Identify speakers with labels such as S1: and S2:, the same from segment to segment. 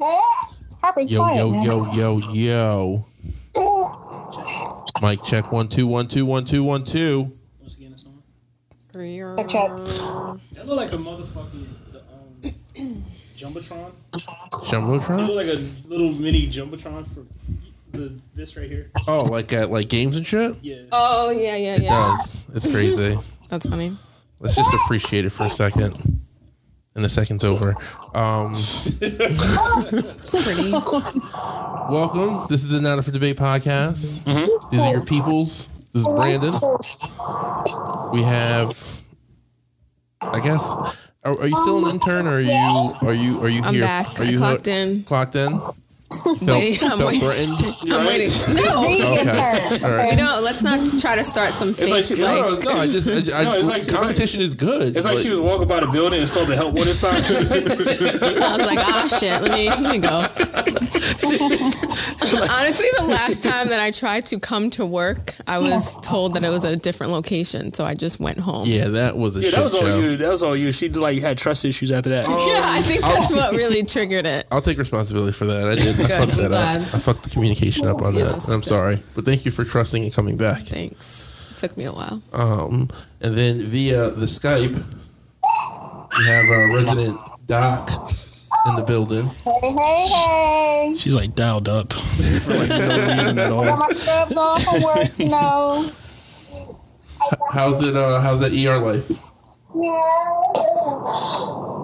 S1: Harvey,
S2: Yo,
S1: quiet
S2: yo,
S1: now.
S2: yo, yo, yo. Mike, check one, two, one, two, one, two, one, two.
S3: Once again, it's on.
S1: Check, check.
S4: Oh,
S3: That look like a motherfucking the, um, jumbotron. It
S2: Jumbotron?
S3: look like a little mini jumbotron for the this right here.
S2: Oh, like at like games and shit?
S3: Yeah.
S4: Oh yeah, yeah,
S2: It
S4: yeah.
S2: does. It's crazy.
S4: That's funny.
S2: Let's just appreciate it for a second. And the second's over. Um,
S4: So pretty.
S2: welcome. This is the Not Up for Debate podcast. These are your peoples. This is Brandon.
S1: Oh,
S2: We have, I guess, are, are you still an intern or are you are you are you
S4: Um, I'm
S2: here?
S4: back.
S2: Are
S4: I
S2: you
S4: clocked in.
S2: Clocked in. You
S4: Wait,
S2: felt
S4: I'm
S2: felt
S4: waiting.
S2: threatened.
S4: I'm waiting. No,
S1: Be
S2: Okay.
S1: intern.
S2: All right.
S4: no. Let's not try to start some fake.
S3: like-
S4: Like,
S3: it's
S2: No, no, I just, I, I,
S3: No, it's like- it's like-
S2: competition is good.
S3: It's like
S2: but
S3: she was walking by the building and saw the help wanted sign.
S4: I was like, ah, shit. Let me let me go. Honestly, the last time that I tried to come to work, I was told that it was at a different location, so I just went home.
S2: Yeah, that was a
S3: yeah,
S2: shit
S3: that was all
S2: show.
S3: you. That was all you. She just like had trust issues after that.
S4: Yeah, I think that's
S3: Oh.
S4: what really triggered it.
S2: I'll take responsibility for that. I did. I
S4: Good,
S2: fucked
S4: I'm
S2: that
S4: glad.
S2: up. I fucked the communication up on that.
S4: that's
S2: I'm
S4: okay.
S2: sorry, but thank you for trusting and coming back.
S4: Thanks. It took me a while.
S3: Oh.
S2: Um, and then via the Skype, we have our resident Doc in the building.
S1: Hey, hey, hey.
S5: She's like dialed up for like no reason at
S1: Got
S5: all.
S1: my scrubs on for work, you know.
S2: How's it? Uh, how's that ER life?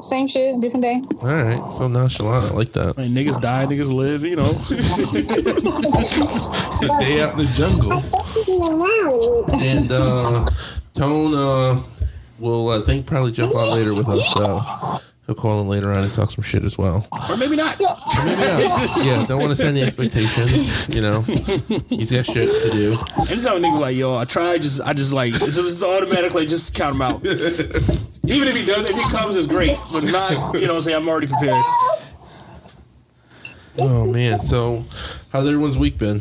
S1: Same shit, different day.
S2: All right, so nonchalant. I like that.
S5: Like niggas die, niggas live, you know.
S2: Day out in the jungle. And uh, Tone uh, will, I think, probably jump on later with us. So he'll call in later on and talk some shit as well.
S3: Or maybe not.
S2: Yeah, yeah don't want to send the expectations. You know, he's got shit to do.
S3: Anytime a nigga like, yo, I try, just I just like it's just automatically just count him out. Even if he does, if he comes, it's great. But not, you know, what I'm saying I'm already prepared.
S2: Oh man, so how's everyone's week been?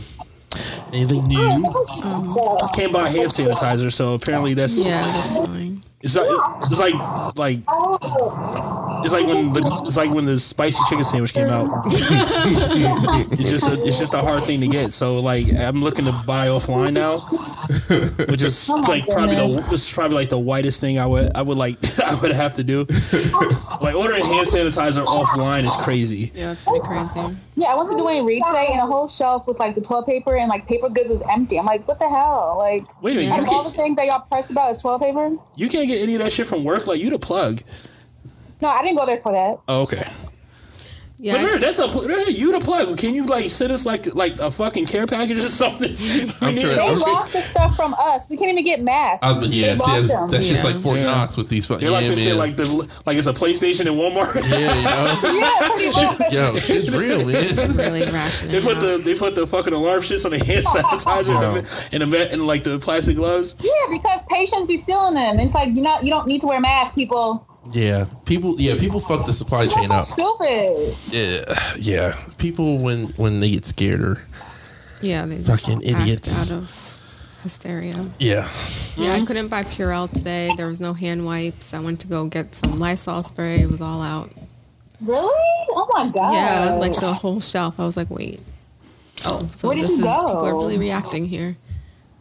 S2: Anything new?
S3: Came by hand sanitizer, so apparently that's
S4: Yeah, that's annoying.
S3: It's like it's like like it's like when the it's like when the spicy chicken sandwich came out. it's just a, it's just a hard thing to get. So like I'm looking to buy offline now, which is like probably the this is probably like the whitest thing I would I would like I would have to do. like ordering hand sanitizer offline is crazy.
S4: Yeah, that's pretty crazy.
S1: Yeah, I went to Dwayne Reed today, and the whole shelf with like the toilet paper and like paper goods was empty. I'm like, what the hell? Like,
S3: Wait a minute,
S1: out
S3: you
S1: of all the
S3: can't,
S1: things that y'all pressed about is toilet paper.
S3: you can't get any of that shit from work. Like you the plug.
S1: No, I didn't go there for that.
S3: Oh, okay.
S4: Yeah,
S3: But
S4: I-
S3: remember, that's a that's a you the plug. Can you like send us like like a fucking care package or something? We
S2: I'm
S3: need
S2: sure-
S3: it.
S1: They
S2: Okay.
S1: lost the stuff from us. We can't even get masks.
S2: I was, Uh, yeah,
S1: They
S2: see,
S1: bought
S2: that's,
S1: them.
S2: that's just
S4: Yeah.
S2: like Fort
S3: Yeah.
S2: Knox with these fucking
S3: They're like
S2: yeah,
S3: this shit,
S2: man.
S3: like the like it's a PlayStation in Walmart.
S2: yeah, you know?
S1: Yeah, pretty much.
S2: Yo, shit's real,
S4: it's
S2: man.
S4: really rationing.
S3: They put
S4: out.
S3: the they put the fucking alarm shits on the hand sanitizer and the vet and like the plastic gloves.
S1: Yeah, because patients be stealing them. It's like you not you don't need to wear masks, people.
S2: Yeah, people. Yeah, people fuck the supply chain up.
S1: That's so stupid.
S2: Yeah, yeah. People when when they get scared or
S4: Yeah, they just
S2: Fucking
S4: act
S2: idiots.
S4: out of hysteria.
S2: yeah,
S4: Yeah,
S6: Hmm?
S4: I couldn't buy Purell today. There was no hand wipes. I went to go get some Lysol spray. It was all out.
S1: Really? Oh my god.
S4: Yeah, like the whole shelf. I was like, wait. Oh, so
S1: Where did
S4: this is
S1: you go?
S4: people are really reacting here.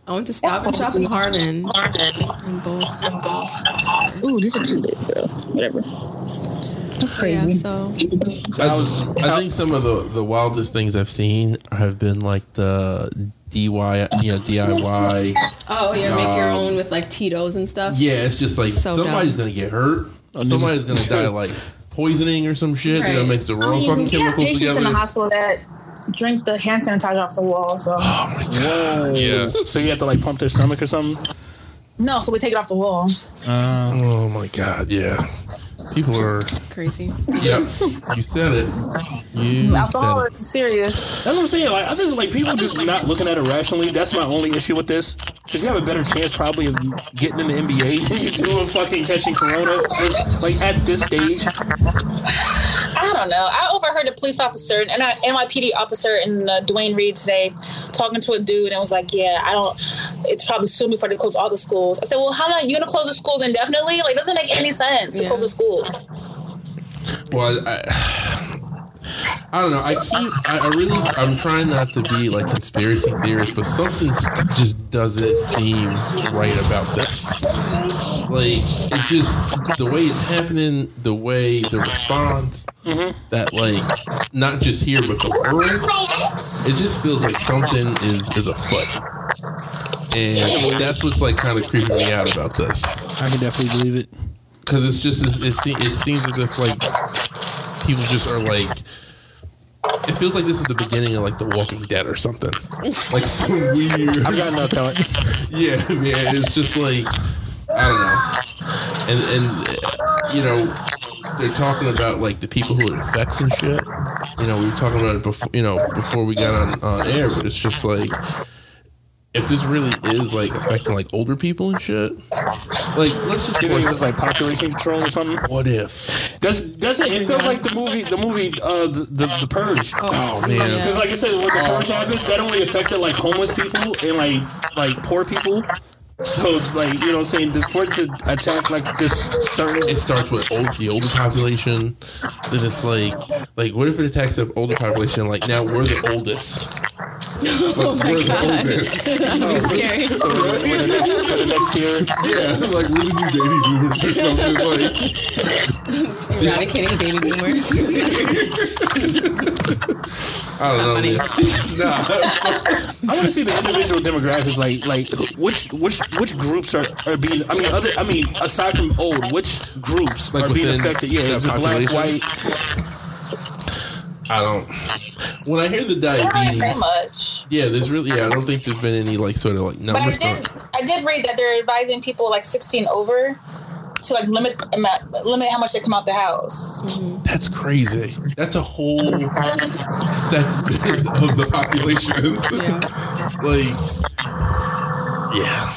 S4: I went to Stop and Shop in Harmon. And both.
S6: Ooh, these are too big, girl. Whatever.
S1: That's
S4: Yeah,
S1: crazy.
S4: so
S2: I, I think some of the the wildest things I've seen have been like the DIY, you know, DIY.
S4: oh yeah, make your own with like Tito's and stuff.
S2: Yeah, it's just like
S4: So
S2: somebody's
S4: dumb.
S2: gonna get hurt.
S5: this
S2: Somebody's gonna die like poisoning or some shit. They're
S4: Right.
S2: gonna mix the
S6: I
S2: wrong
S6: mean,
S2: fucking
S6: we have
S2: chemicals
S6: patients in the
S2: together.
S6: hospital that drink the hand sanitizer off the wall. So
S3: Whoa!
S2: Yeah.
S3: So you have to like pump their stomach or something.
S6: no, so we take it off the wall.
S2: Oh my god, yeah. People are.
S4: Crazy.
S2: Yep, you said it. You
S6: Alcohol
S2: said it.
S6: is serious.
S3: That's what I'm saying. Like I just like people just not looking at it rationally. That's my only issue with this. Because you have a better chance probably of getting in the NBA than you do of fucking catching corona. Like at this stage,
S6: I don't know. I overheard a police officer and an NYPD officer and uh, Dwayne Reed today talking to a dude and was like, "Yeah, I don't. It's probably soon before they close all the schools." I said, "Well, how about you gonna close the schools indefinitely? Like, doesn't make any sense to
S4: Yeah.
S6: close the schools."
S2: Well, I, I I don't know. I keep. I, I really. I'm trying not to be like conspiracy theorist, but something just doesn't seem right about this. Like it just the way it's happening, the way the response that like not just here but the world. It just feels like something is is afoot. And that's what's like kind of creeping me out about this,
S7: I can definitely believe it.
S2: because it's just it, it, se- it seems as if like people just are like it feels like this is the beginning of like The Walking Dead or something, like some weird.
S7: I've got enough thought.
S2: Yeah, man, it's just like I don't know, and and uh, you know they're talking about like the people who it affects and shit. You know, we were talking about it before, you know, before we got on on air, but it's just like if this really is like affecting like older people and shit, like let's just
S7: You think it's like
S2: like
S7: population control or something?
S2: what if?
S7: That's that's it. It feels like the movie, the movie, uh, the the, the purge.
S2: Oh man,
S4: Yeah.
S7: Because like I said, with the purge happens, that only affected like homeless people and like like poor people. So like you know, what I'm saying the for it to attack like this certain.
S2: it starts with old, the older population. Then it's like, like, what if it attacks the older population? Like now we're the oldest. Like,
S4: Oh my
S2: we're the
S4: God.
S2: oldest.
S4: That'd be scary.
S7: So we're the- we're the next- we're the next year.
S2: Yeah, like we're the new baby boomers or something. Like,
S4: Eradicating baby boomers.
S2: I don't know. Man. Nah,
S7: I want to see the individual demographics, like like which which which groups are, are being. I mean, other. I mean, aside from old, which groups
S2: Like
S7: are being
S2: within
S7: affected? Yeah,
S2: that
S7: is it black,
S2: population?
S7: white.
S2: I don't. When I hear the
S1: I don't really
S2: diabetes,
S1: say much.
S2: yeah, there's really, yeah, I don't think there's been any like sort of like
S1: But I
S2: numbers. on
S1: did,
S2: it.
S1: I did read that they're advising people like 16 over to like limit amount- limit how much they come out the house.
S2: That's crazy. That's a whole segment of the population. like, yeah.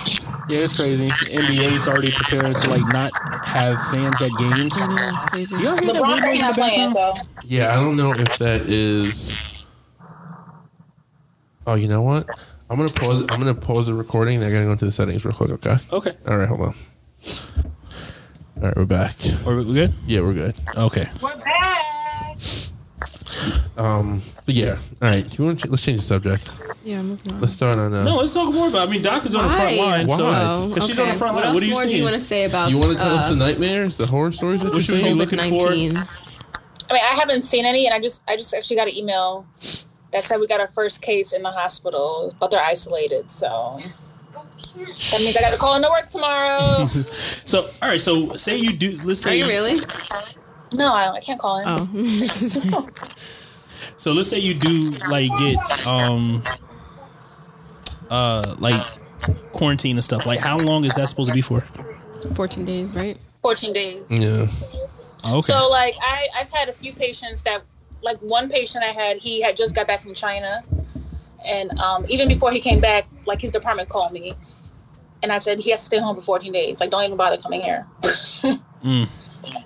S7: Yeah, it's crazy. NBA's already preparing to like not have fans at games.
S4: I know, it's crazy.
S7: Y'all hear that
S1: LeBron
S7: weird noise in
S1: James
S7: the
S1: not playing,
S7: background?
S1: so
S2: Yeah, I don't know if that is. Oh, you know what? I'm gonna pause. I'm gonna pause the recording. and I gotta go into the settings real quick. Okay.
S3: Oh.
S7: Okay.
S2: All right, hold on. All right, we're back.
S7: Are we good?
S2: Yeah, we're good.
S7: Okay.
S1: we're back.
S2: Um, but yeah. All right. You want? To, let's change the subject.
S4: Yeah, moving on.
S2: Let's start on. Uh,
S3: No, let's talk more about. It. I mean, Doc is on the front
S4: Why?
S3: line. So
S4: Oh,
S3: 'Cause she's on the front
S4: what
S3: line. What
S4: else
S3: do you
S4: more do you
S3: see?
S4: want to say about
S2: you want to tell us
S4: uh,
S2: the nightmares, the horror stories that you're
S3: should we
S2: seeing?
S3: look
S4: COVID nineteen?
S1: I mean, I haven't seen any, and I just I just actually got an email that said we got our first case in the hospital, but they're isolated, so that means I got to call into work tomorrow.
S3: So, all right. So, say you do. Let's
S4: Are
S3: say.
S4: you really?
S1: no, I, I can't call in.
S4: Oh,
S3: So let's say you do like get um uh like quarantine and stuff. Like, how long is that supposed to be for?
S4: fourteen days, right?
S1: 14 days.
S2: Yeah.
S3: Okay.
S1: So like I I've had a few patients that like one patient I had he had just got back from China, and um, even before he came back, like his department called me, and I said he has to stay home for 14 days. Like don't even bother coming here.
S3: Mm.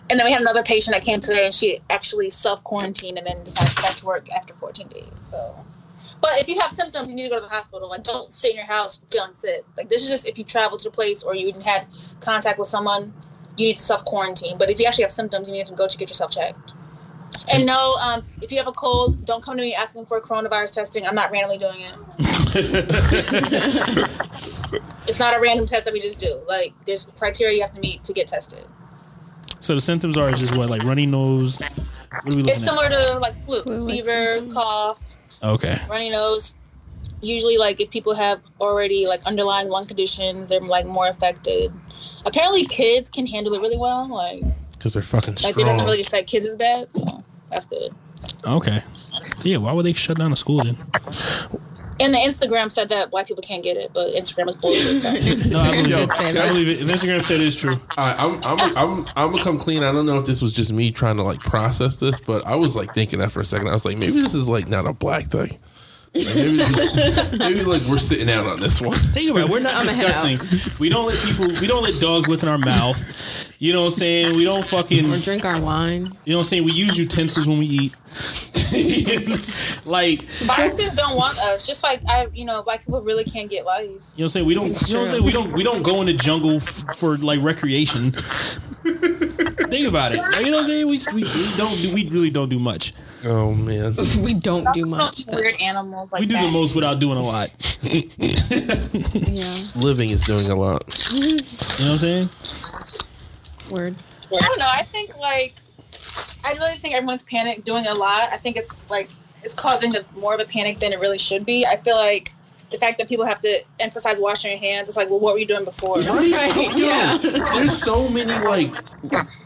S1: And then we had another patient that came today, and she actually self quarantined and then decided to go back to work after 14 days. So. But if you have symptoms, you need to go to the hospital. Like, don't sit in your house feeling sick. Like, this is just if you travel to the place or you had contact with someone, you need to self quarantine. But if you actually have symptoms, you need to go to get yourself checked. And no, um, if you have a cold, don't come to me asking for coronavirus testing. I'm not randomly doing it. it's not a random test that we just do. Like, there's criteria you have to meet to get tested.
S3: So the symptoms are just what like runny nose. What are we looking
S1: It's similar to like flu,
S4: Flu-like
S1: fever,
S4: symptoms.
S1: cough,
S3: at? Okay.
S1: runny nose. Usually, like if people have already like underlying lung conditions, they're like more affected. Apparently, kids can handle it really well. Like,
S2: Because they're fucking
S1: like it doesn't
S2: strong.
S1: really affect kids as bad. So that's good.
S3: Okay. So yeah, why would they shut down the school then?
S1: And the Instagram said that black people can't get it, but Instagram is bullshit. So.
S3: No, I believe,
S4: did say
S3: I
S4: that.
S3: believe it. If Instagram said it's true.
S2: I, I'm, I'm, I'm, I'm gonna come clean. I don't know if this was just me trying to like process this, but I was like thinking that for a second. I was like, maybe this is like not a black thing. Like, maybe, this is- maybe like we're sitting out on this one.
S3: Think about it. We're not
S4: I'ma head
S3: discussing. We don't let people. We don't let dogs lick in our mouth. You know what I'm saying? We don't fucking.
S4: Or drink our wine.
S3: You know what I'm saying? We use utensils when we eat. like, you
S1: Viruses don't want us. Just like I, you know, black people really can't get lice.
S3: know what I'm saying? We don't.
S4: This is
S3: You know what I'm
S4: true.
S3: saying? We don't. We don't go in the jungle f- for like recreation. think about it. Like, you know what I'm saying? We, we, we don't do, we really don't do much.
S2: Oh man.
S4: We don't do much. Though.
S1: Weird animals like
S3: We do
S1: that.
S3: the most without doing a lot.
S4: Yeah.
S2: Living is doing a lot.
S3: You know what I'm saying?
S4: Word.
S1: I don't know. I think like I really think everyone's panic doing a lot. I think it's like it's causing a, more of a panic than it really should be. I feel like the fact that people have to emphasize washing your hands. It's like, well, what were you doing before?
S4: Right. Yeah.
S2: There's so many like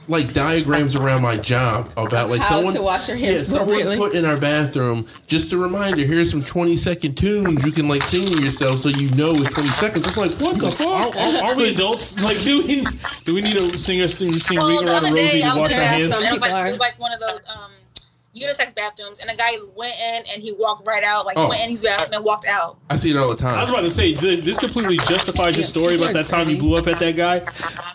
S2: like diagrams around my job about like
S4: How
S2: someone
S4: to wash your
S2: yeah,
S4: hands
S2: someone
S4: appropriately.
S2: put in our bathroom just a reminder. Here's some 20 second tunes you can like sing to yourself so you know it's 20 seconds. I'm like, what the fuck?
S3: Are, are we adults? Like, do we do we need a singer sing, sing
S1: Well,
S3: ring
S1: Oh, the
S3: around
S1: other
S3: a rosy
S1: day
S3: to
S1: I was
S3: wash
S1: in
S3: our
S1: a
S3: hands?
S1: bathroom
S4: Some
S1: and it was like
S4: people
S1: it
S4: are.
S1: was like one of those um, unisex bathrooms, and a guy went in and he walked right out. Like
S2: Oh.
S1: he went in his bathroom and walked out.
S2: I see it all the
S3: I was
S2: time.
S3: about to say th- this completely justifies your story about that time you blew up at that guy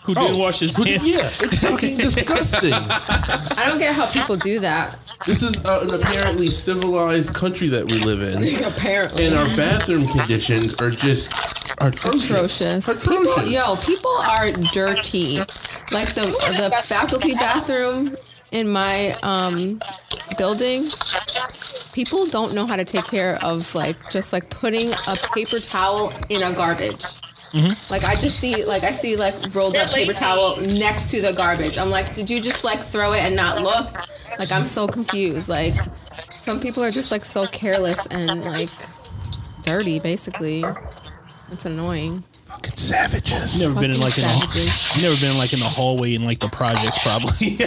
S3: who didn't wash his
S2: But
S3: hands.
S2: yeah, it's fucking disgusting.
S4: I don't get how people do that.
S2: This is uh, an apparently civilized country that we live in,
S4: Apparently.
S2: and our bathroom conditions are just atrocious.
S4: atrocious.
S2: Atrocious.
S4: People, yo, Oh, people are dirty. Like the the faculty bathroom in my um building, people don't know how to take care of like just like putting a paper towel in a garbage.
S3: Mm-hmm.
S4: Like I just see like I see like rolled up paper towel next to the garbage. I'm like, did you just like throw it and not look? Like I'm so confused. Like some people are just like so careless and like dirty basically. It's annoying.
S2: Fucking savages.
S3: Never been in like in
S4: Fucking savages.
S3: a, never been like in the hallway in like the projects probably.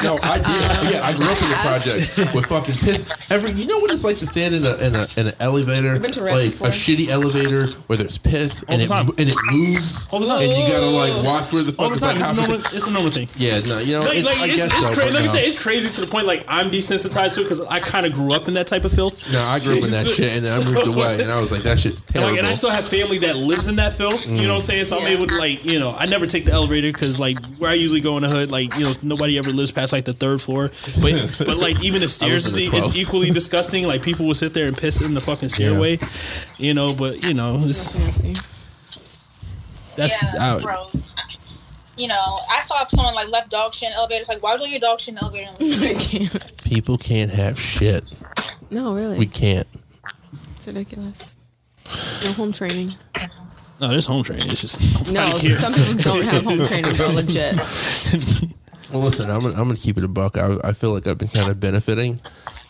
S2: No, I did. yeah, I grew up in a project with fucking piss. Every you know what it's like to stand in a in a in an elevator,
S4: been to Reddit
S2: like
S4: before.
S2: a shitty elevator where there's piss and
S3: the
S2: it
S3: time.
S2: and it moves,
S3: All the time.
S2: and you gotta like watch where the
S3: All
S2: fuck is like
S3: the time. It's a normal,
S2: happening.
S3: it's a normal thing.
S2: Yeah, no, you know,
S3: Like,
S2: it's,
S3: like,
S2: I
S3: it's,
S2: guess
S3: it's
S2: so,
S3: crazy.
S2: but
S3: Let me
S2: no.
S3: say, it's crazy to the point like I'm desensitized to it because I kind of grew up in that type of filth.
S2: No, I grew up in that shit, and then I moved away, and I was like, that shit's
S3: And,
S2: terrible.
S3: like, and I still have family that lives in that filth. You know what I'm saying? So I'm
S4: Yeah.
S3: able to like, you know, I never take the elevator because like where I usually go in the hood, like you know, nobody ever lives past like the third floor. But but like even the stairs
S2: in
S3: is,
S2: the
S3: e- is
S2: 12th.
S3: equally disgusting. Like people will sit there and piss in the fucking stairway. You know, but you know, it's,
S4: Nasty.
S3: that's
S1: yeah,
S3: out.
S1: gross. You know, I saw someone like left dog shit in elevators. Like, why would you leave your dog shit in the elevator? And leave?
S4: I can't.
S2: People can't have shit.
S4: No, really.
S2: We can't.
S4: it's ridiculous. No home training.
S3: No, there's home training. It's just
S4: No,
S3: nobody cares.
S4: some people don't have home training. Though, legit.
S2: Well, listen, I'm gonna, I'm gonna keep it a buck. I, I feel like I've been kind of benefiting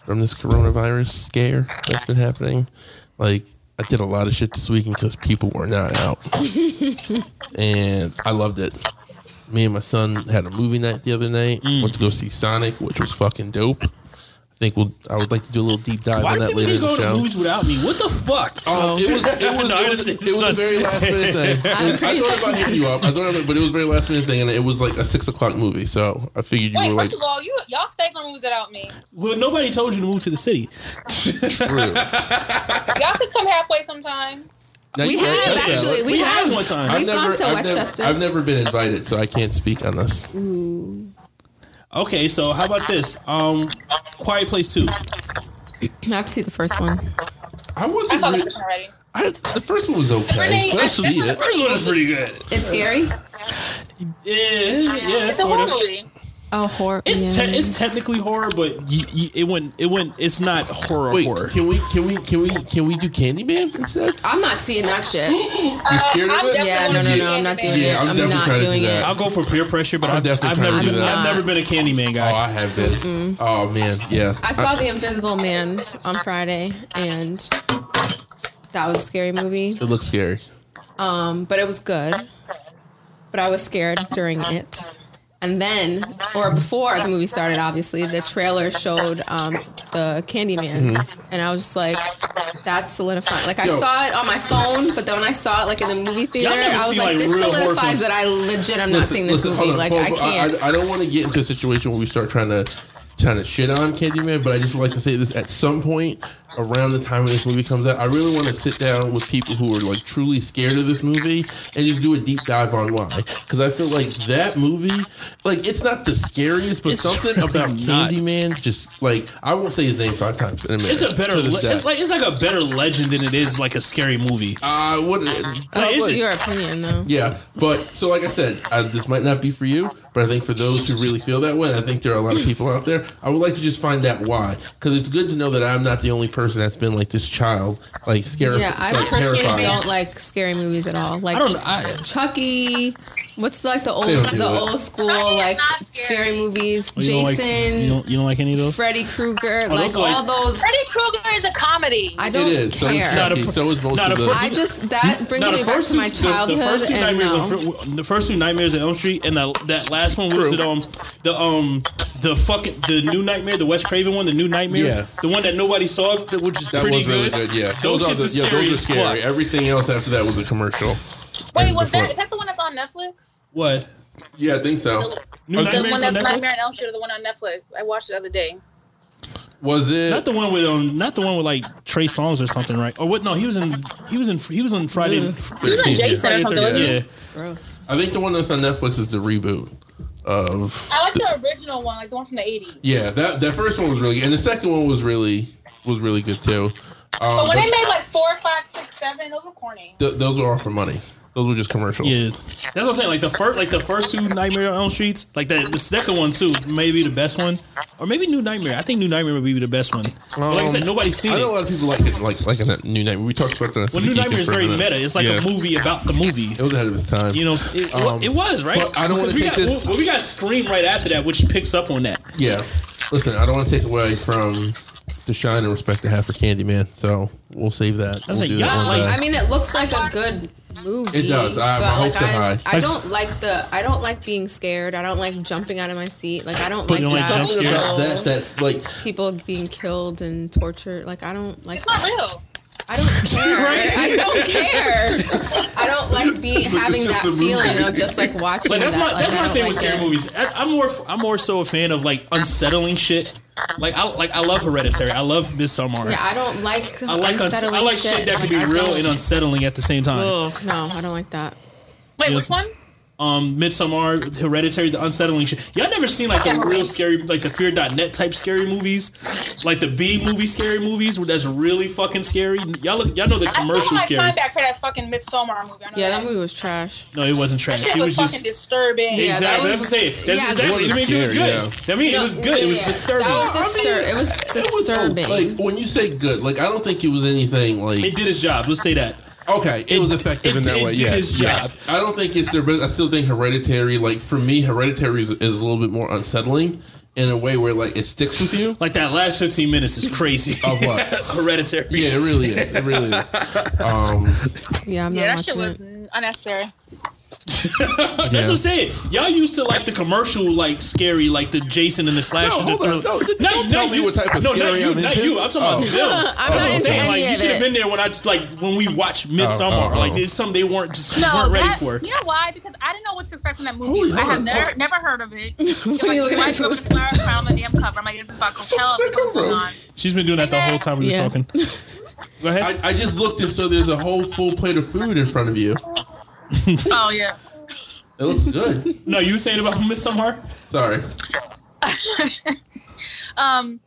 S2: from this coronavirus scare that's been happening. Like, I did a lot of shit this weekend because people were not out, and I loved it. Me and my son had a movie night the other night.
S3: Mm.
S2: Went to go see Sonic, which was fucking dope. I think we'll. I would like to do a little deep dive
S3: Why
S2: on that
S3: do people
S2: later
S3: keep
S2: in the
S3: going to
S2: show.
S3: movies without me? What the fuck? Oh,
S2: Um, it was, it was,
S3: No,
S2: it
S3: I
S2: was,
S3: just-
S2: it was a very last minute thing.
S4: I'm
S2: I
S4: pretty
S2: thought about hitting you up. I thought about, but it was a very last minute thing, and it was like a six o'clock movie. So I figured you
S1: Wait,
S2: were like
S1: first of all, you y'all stay gonna lose it out me.
S3: Well, nobody told you to move to the city.
S2: true.
S1: Y'all could come halfway sometimes.
S2: Now
S4: We
S2: you can't
S4: have
S2: touch that.
S4: actually. We,
S3: We
S4: have
S3: have one time.
S4: We've
S3: I've
S4: gone to
S2: I've
S4: Westchester.
S2: Never, I've never been invited, so I can't speak on this.
S3: Okay, so how about this? Um, Quiet Place Two.
S4: I have to see the first one.
S2: I
S1: I saw the
S2: wasn't. Really,
S1: first one already.
S2: I, the first one was okay.
S1: Renee,
S2: But
S1: I-
S2: I see it.
S3: First one is pretty good.
S4: It's scary.
S3: Yeah, yeah,
S1: It's a horror
S3: sort of.
S1: movie.
S4: Oh, horror.
S3: It's
S4: yeah.
S3: te- it's technically horror, but y- y- it went it went. It's not horror
S2: Wait,
S3: horror.
S2: can we can we can we can we do Candyman instead?
S4: I'm not seeing that shit. Uh,
S2: You scared of
S1: I'm
S2: it?
S1: definitely
S4: Yeah, no, no, no. I'm not doing
S2: Yeah,
S4: it.
S2: I'm
S4: I'm,
S2: definitely
S4: not
S2: trying to do
S4: doing it.
S2: that.
S3: I'll go for peer pressure, but
S2: I'm
S3: I've,
S2: definitely
S3: I've
S2: trying
S3: never
S2: to do
S3: been,
S2: that.
S3: I've never been a Candyman
S2: Oh,
S3: guy.
S2: I have been. Oh man, yeah.
S4: Mm-hmm. I saw The Invisible Man on Friday, and that was a scary movie.
S2: it looks scary.
S4: but it was good. But I was scared during it. And then, or before the movie started, obviously, the trailer showed um, the Candyman. And I was just like, that's solidifying. Like, I
S2: Yo.
S4: saw it on my phone, but then when I saw it, like, in the movie theater,
S3: never
S4: I was
S3: seen,
S4: like,
S3: like,
S4: this
S3: real horror
S4: solidifies
S3: films.
S4: that I legit am not seeing this
S2: listen,
S4: movie.
S2: hold on,
S4: like,
S2: hold
S4: I
S2: on.
S4: can't.
S2: I, I don't want to get into a situation where we start trying to trying to shit on Candyman, but I just would like to say this at some point around the time when this movie comes out, I really want to sit down with people who are like truly scared of this movie and just do a deep dive on why. Because I feel like that movie, like it's not the scariest, but
S3: It's
S2: something
S3: really
S2: about
S3: not.
S2: Candyman just like I won't say his name five times in a minute.
S3: It's a better.
S2: To this
S3: Le-
S2: day.
S3: it's like it's like a better legend than it is like a scary movie.
S2: uh, what?
S4: What's
S3: is it?
S4: your opinion, though?
S2: Yeah, but so like I said, uh, this might not be for you, But I think for those who really feel that way, I think there are a lot of people out there. I would like to just find out why, because it's good to know that I'm not the only person that's been like this child, like scared.
S4: Yeah, I
S2: like,
S4: personally
S2: terrified.
S4: don't like scary movies at all. Like
S3: I don't know. I,
S4: Chucky, what's like the old
S2: They don't do
S4: the
S2: it.
S4: old school
S8: Chucky is
S4: like
S8: not scary.
S4: scary movies?
S3: you don't like you
S4: Jason,
S3: don't, you don't like any of those.
S4: Freddy Krueger, like
S3: those are, like-
S4: all those.
S8: Freddy Krueger is a comedy.
S4: I don't
S2: It is. So
S4: care.
S2: is Chucky.
S3: fir-
S2: so is most
S3: not
S2: of
S3: a
S2: the.
S3: fir-
S4: I just that brings
S3: Now,
S4: me back to my
S3: two- the-
S4: childhood
S3: The, first two
S4: and um,
S3: nightmares,
S4: no.
S3: on Fr- the first two nightmares at Elm Street, and the, that last one was
S2: True.
S3: the um the um the fucking the new nightmare, the Wes Craven one, the new nightmare,
S2: Yeah.
S3: the one that nobody saw, that which is
S2: that
S3: pretty
S2: was really
S3: good.
S2: good. Yeah,
S3: those,
S2: are
S3: shits
S2: the-
S3: are
S2: yeah,
S3: scary.
S2: those are
S3: as
S2: scary.
S3: Fuck.
S2: Everything else after that was a commercial.
S8: Wait,
S2: And
S8: was
S2: before-
S8: that is that the one that's on Netflix?
S3: What?
S2: Yeah, I think so.
S3: New
S2: Are-
S8: The
S3: Nightmares
S8: one
S3: on
S8: that's
S3: Netflix?
S8: Nightmare on Elm Street, or the one on Netflix? I watched it the other day.
S2: Was it?
S3: Not the one with um, not the one with like Trey Songz or something, right? Or what? No, he was in he was in he was on Friday.
S8: He was on
S2: 13, yeah.
S8: Jason or something, wasn't
S3: yeah.
S8: he?
S4: Gross.
S2: I think the one that's on Netflix is the reboot of.
S8: I like the original one, like the one from the '80s.
S2: Yeah, that that first one was really good, and the second one was really was really good too. Um,
S8: But when
S2: but
S8: they made like four, five, six, seven, those were corny.
S2: th- those were all for money. Those were just commercials.
S3: Yeah, that's what I'm saying. Like the first, like the first two Nightmare on Elm Streets, like that. The second one too, maybe the best one, or maybe New Nightmare. I think New Nightmare would be the best one. But like I said,
S2: Um,
S3: nobody's seen
S2: I
S3: it.
S2: know a lot of people like it, like like in that New Nightmare. We talked about that.
S3: Well, New Nightmare is very meta. It's like
S2: Yeah.
S3: a movie about the movie.
S2: It was ahead of its time.
S3: You know, it, it wa-
S2: Um,
S3: it was right.
S2: but I don't wanna
S3: Because we
S2: take
S3: got
S2: this-
S3: well, we got Scream right after that, which picks up on that.
S2: Yeah. Listen, I don't want to take away from the shine and respect they have for Candyman, so we'll save that.
S3: That's
S2: we'll
S3: like, yeah,
S2: one
S3: like,
S2: day.
S4: I mean, it looks like a good movie.
S2: It does. I- my hopes are high.
S4: I, I don't like the. I don't like being scared. I don't like jumping out of my seat. Like I don't
S3: But
S4: like,
S3: you don't like
S4: that.
S3: jump
S2: Something
S3: scares?
S2: about that that's like
S4: People being killed and tortured. Like I don't like.
S8: It's not real.
S4: I don't care. I don't care. I don't like being having
S2: just
S4: that
S2: a movie.
S4: feeling of just like watching.
S3: But that's my
S4: that. Like,
S3: that's
S4: I
S3: my
S4: don't
S3: thing
S4: like
S3: with scary
S4: it.
S3: movies. I, I'm more I'm more so a fan of like unsettling shit. Like I like I love Hereditary. I love Midsommar.
S4: Yeah, I don't like.
S3: I like uns-
S4: unsettling
S3: I like shit, that can be
S4: Like, I
S3: real
S4: don't-
S3: and unsettling at the same time.
S4: Ugh, no, I don't like that.
S8: Wait,
S3: Yes.
S8: which one?
S3: um Midsommar, Hereditary, the unsettling shit. Y'all never seen like the real scary, like the Fear.net type scary movies, like the B movie scary movies where that's really fucking scary. Y'all look, y'all know the
S8: I stole
S3: commercial
S8: my
S3: scary.
S8: time back for that fucking Midsommar movie. I know
S4: Yeah, that movie was trash.
S3: No, it wasn't trash.
S8: That shit
S3: It
S8: was,
S3: was
S8: fucking
S3: just
S4: Yeah,
S8: disturbing.
S4: that
S3: exactly. That's
S4: was-
S3: what I'm saying. That's
S4: yeah,
S3: exactly.
S2: that
S3: That means it
S2: wasn't
S3: was good. That means it was good. It was
S4: Yeah,
S3: disturbing.
S4: That was, distur- it was disturbing.
S2: like when you say good, like I don't think it was anything like
S3: It did its job. Let's say that.
S2: Okay, it, was effective
S3: it-
S2: in that
S3: it
S2: way.
S3: did
S2: yeah,
S3: its
S2: yeah.
S3: job.
S2: I don't think it's their best. I still think Hereditary, like for me, Hereditary is, is a little bit more unsettling in a way where like it sticks with you.
S3: Like that last 15 minutes is crazy.
S2: Of what?
S3: Hereditary.
S2: Oh. Yeah, it really is. It really is. Um,
S4: yeah, I'm not
S8: Yeah, that
S4: watching
S8: shit was
S4: it.
S8: n- unnecessary.
S3: That's what I'm saying. Y'all used to like the commercial, like scary, like the Jason and the slasher.
S2: No, hold
S3: the
S2: on. No, you don't tell me what type of
S3: no,
S2: scary
S3: not you,
S2: I'm
S3: not
S2: into.
S3: you. I'm talking about
S2: Oh.
S3: them. That's
S4: I'm
S3: what
S4: not
S3: I'm
S4: into
S3: saying.
S4: any
S3: Like you
S4: of
S3: should have
S4: it.
S3: been there when I like when we watched Midsummer.
S2: Oh, oh, oh.
S3: Like there's some they weren't just
S8: No,
S3: weren't ready
S8: that-
S3: for.
S8: You know why? Because I didn't know what to expect from that movie.
S2: Holy
S8: I
S2: hell.
S8: had never, never heard of it. It was
S4: are you
S8: like,
S4: looking
S8: why
S4: at?
S8: is it with the flower crown on the damn cover? I'm like, this is about Coachella.
S2: Where'd that come
S8: What's going
S2: from?
S8: on?
S3: She's been doing that the whole time we were
S4: Yeah.
S3: talking. Go ahead.
S2: I, I just looked and so there's a whole full plate of food in front of you.
S8: Oh yeah.
S2: It looks good.
S3: no, you were saying about Midsummer.
S2: Sorry.
S8: um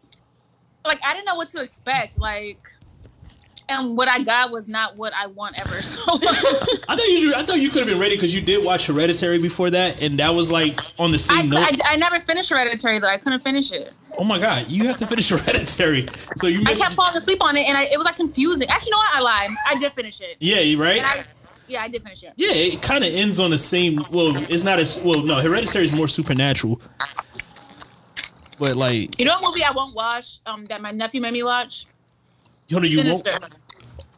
S8: like I didn't know what to expect. Like and what I got was not what I want ever. So
S3: I thought you I thought you could have been ready because you did watch Hereditary before that, and that was like on the
S8: I,
S3: same note.
S8: I, I never finished Hereditary though. I couldn't finish it.
S3: oh my god, you have to finish Hereditary. So you
S8: I
S3: missed.
S8: kept falling asleep on it, and I, it was like confusing. Actually, you know what? I lied. I did finish it.
S3: yeah, you right.
S8: And I, yeah, I did finish it.
S3: Yeah, it kind of ends on the same. Well, it's not as well. No, Hereditary is more supernatural. But like,
S8: You know what movie I won't watch? Um, that my nephew made me watch.
S3: you know, you
S8: Sinister.
S3: won't.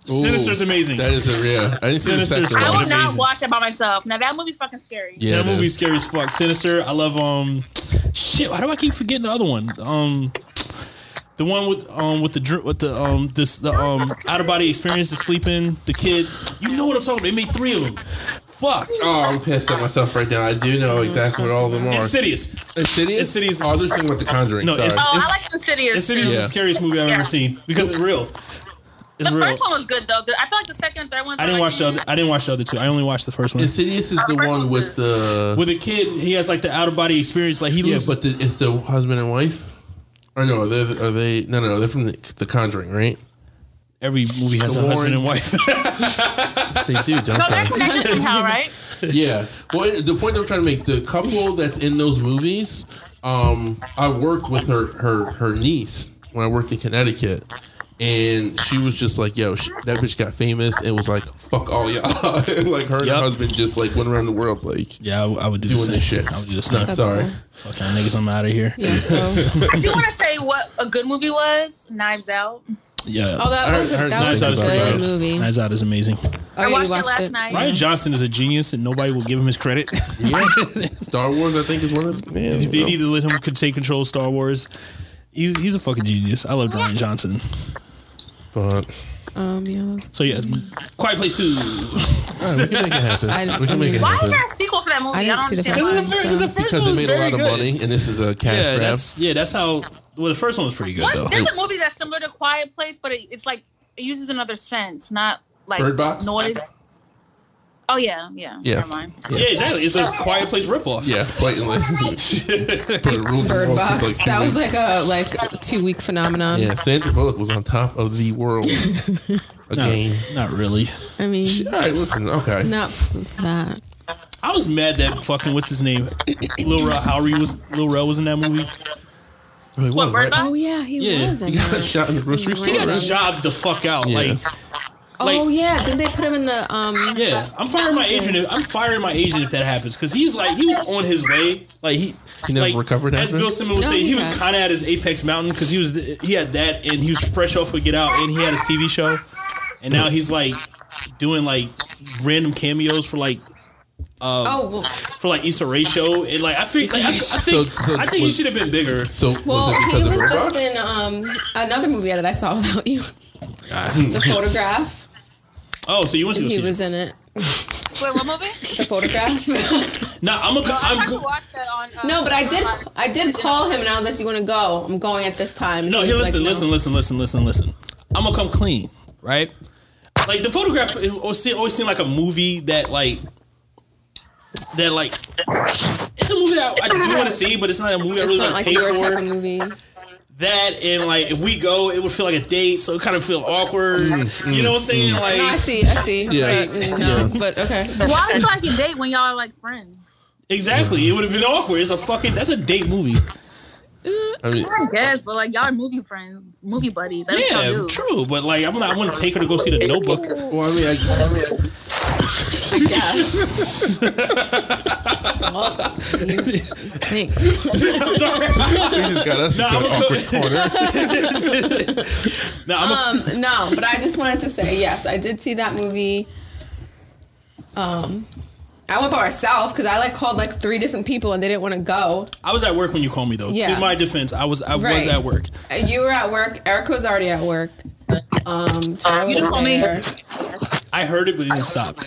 S3: Sinister's
S2: Ooh,
S3: amazing.
S2: That is a yeah. I didn't see the
S3: Sinister
S2: second
S3: Squad.
S8: I will
S2: one.
S8: not
S3: amazing.
S8: watch that by myself. Now that movie's fucking scary.
S2: Yeah,
S3: that
S2: it
S3: movie's
S2: is.
S3: scary as fuck. Sinister. I love um, shit. Why do I keep forgetting the other one? Um, the one with um with the dr- with the um this the um out of body experience, the sleeping, the kid. You know what I'm talking about? They made three of them. Fuck.
S2: Oh, I'm pissed at myself right now. I do know exactly what all of them are.
S3: Insidious.
S2: Insidious.
S3: Insididious is-
S2: Oh, they're talking about the Conjuring.
S3: No,
S2: Sorry.
S3: it's-
S8: Oh,
S3: It's-
S8: I like Insidious.
S3: Insidious
S8: too.
S3: is
S2: Yeah.
S3: the scariest movie I've ever
S8: Yeah.
S3: seen because it's real. It's
S8: The
S3: real.
S8: first one was good though. The- I feel like the second and third ones.
S3: I
S8: were
S3: didn't
S8: like,
S3: watch the other. I didn't watch the other two. I only watched the first one.
S2: Insidious is the one with the
S3: With a kid, he has like the out of body experience. Like he
S2: Yeah,
S3: loses.
S2: but the, it's the husband and wife. Or no, are they? Are they? No, no, no, they're from the, the Conjuring, right?
S3: every movie has
S2: The
S3: a husband
S2: Warren-
S3: and wife.
S2: They do, don't
S8: No, they're
S2: they?
S8: connected somehow, right?
S2: yeah. Well, it- the point I'm trying to make the couple that's in those movies, um, I worked with her her her niece when I worked in Connecticut, and she was just like, "Yo, sh that bitch got famous and was like, fuck all y'all." and like her and her
S3: Yep.
S2: husband just like went around the world like
S3: Yeah, I, w- I would do
S2: doing
S3: the same.
S2: this shit.
S3: I would do the same.
S2: No, sorry.
S4: cool.
S3: Fuck y'all niggas, I'm out of here.
S4: Yeah, so oh,
S1: Do you want to say what a good movie was? Knives Out.
S3: Yeah.
S4: oh, that
S2: I
S4: was a,
S2: heard-
S4: that was
S3: Knives Out
S4: a
S3: is pretty
S4: good
S3: good.
S4: movie.
S3: Knives Out is amazing.
S4: Oh,
S1: I
S4: yeah, you
S1: watched, it last night.
S3: Ryan Johnson is a genius, and nobody will give him his credit.
S2: Yeah. Star Wars, I think, is one of man,
S3: they need to let him could take control of Star Wars. He's, he's a fucking genius. I love Ryan Johnson.
S2: but
S4: Um, yeah, that was-
S3: So yeah, Quiet Place Two.
S2: all right, we can make it happen.
S4: I-
S2: we can make
S4: I mean-
S2: it
S1: Why is
S2: happen
S1: there a sequel for that movie?
S4: I
S1: I,
S4: didn't
S1: don't
S4: see the
S1: understand.
S4: first
S1: why.
S4: one.
S2: because they made a lot of money, and this is a cash
S3: Yeah,
S2: grab.
S3: that's yeah, that's how. Well, the first one was pretty good
S1: What?
S3: though.
S1: There's a movie that's similar to Quiet Place, but it, it's like it uses another sense, not like
S2: Bird Box?
S1: noise. Oh yeah, yeah.
S2: Yeah.
S1: Never mind.
S3: Yeah, exactly. It's a Quiet Place ripoff.
S2: Yeah, blatantly. Put a rule
S4: Bird
S2: in the law for,
S4: Box.
S2: two
S4: that was
S2: weeks.
S4: like a like two week phenomenon.
S2: Yeah, Sandra Bullock was on top of the world again.
S3: Not really.
S4: I mean,
S2: All right, listen. Okay,
S4: not f- that.
S3: I was mad that fucking what's his name, Lil Rel Howery was Lil Rel was in that movie.
S2: Oh, he was,
S1: What, Bird
S2: right?
S1: Box?
S4: Oh yeah, he
S3: Yeah.
S4: was. In
S2: He got
S4: that.
S2: shot in the grocery store.
S4: He
S3: He got
S2: right?
S3: jobbed the fuck out.
S2: Yeah.
S3: Like
S4: oh
S3: like-
S4: yeah, didn't they put him in the um?
S3: Yeah, I'm firing my agent. If, I'm firing my agent if that happens because he's like he was on his way. Like he,
S2: He never
S3: like,
S2: recovered
S3: As
S2: after?
S3: Bill Simmons would
S4: No,
S3: say,
S4: he
S3: he was
S4: had-
S3: kind of at his apex mountain because he was he had that and he was fresh off of Get Out and he had his TV show, and now he's like doing like random cameos for like
S4: Oh well,
S3: for like Issa Rae show and like I think like, I, I think
S2: So- so
S3: I think he
S2: was-
S3: should have been bigger.
S2: So was
S4: well
S2: it
S4: he
S2: because of
S4: was
S2: Bird
S4: just
S2: Box?
S4: in um another movie that I saw without you. The photograph.
S3: Oh, so you want to go
S4: He
S3: see?
S4: was
S3: it?
S4: in it.
S1: Wait, what movie?
S4: The photograph.
S3: Nah, I'm a,
S1: I'm
S3: I'm
S1: trying to
S3: go-
S1: watch that on. Uh,
S4: no, but I did. I did call him and I was like, "Do you want to go? I'm going at this time." And
S3: No,
S4: he
S3: here,
S4: was
S3: listen,
S4: like,
S3: listen, listen, listen, listen, listen. I'm gonna come clean, right? Like the photograph it always seemed, always seemed like a movie that like that like it's a movie that I do want to see, but it's not a movie I
S4: It's
S3: really want
S4: not
S3: to
S4: like
S3: pay
S4: your type of
S3: for.
S4: movie.
S3: That and like if we go, it would feel like a date, so it kind of feel awkward. you know what I'm saying? Like
S4: Mm, No, I see, I see.
S2: Yeah.
S4: But, mm, no, but okay.
S1: Why would you like a date when y'all are like friends?
S3: exactly, it would have been awkward. It's a fucking that's a date movie.
S2: I mean,
S1: I guess, but like y'all are movie friends, movie buddies. That's what
S3: Yeah,
S1: y'all do.
S3: true, but like I'm not. I want to take her to go see the Notebook.
S2: well, I mean, I,
S4: Yes. well, you- thanks.
S3: I'm sorry.
S2: we just got us
S3: Nah,
S2: into
S3: I'm
S2: an
S3: a-
S2: awkward corner.
S3: No, I'm a-
S4: Um, no, but I just wanted to say yes, I did see that movie. Um, I went by myself because I like called like three different people and they didn't want to go.
S3: I was at work when you called me though.
S4: Yeah.
S3: To my defense, I was I was
S4: Right.
S3: at work.
S4: Uh, You were at work. Erica was already at work. Um, Tara was
S1: You didn't call me.
S4: there.
S3: I heard it, but it didn't stop.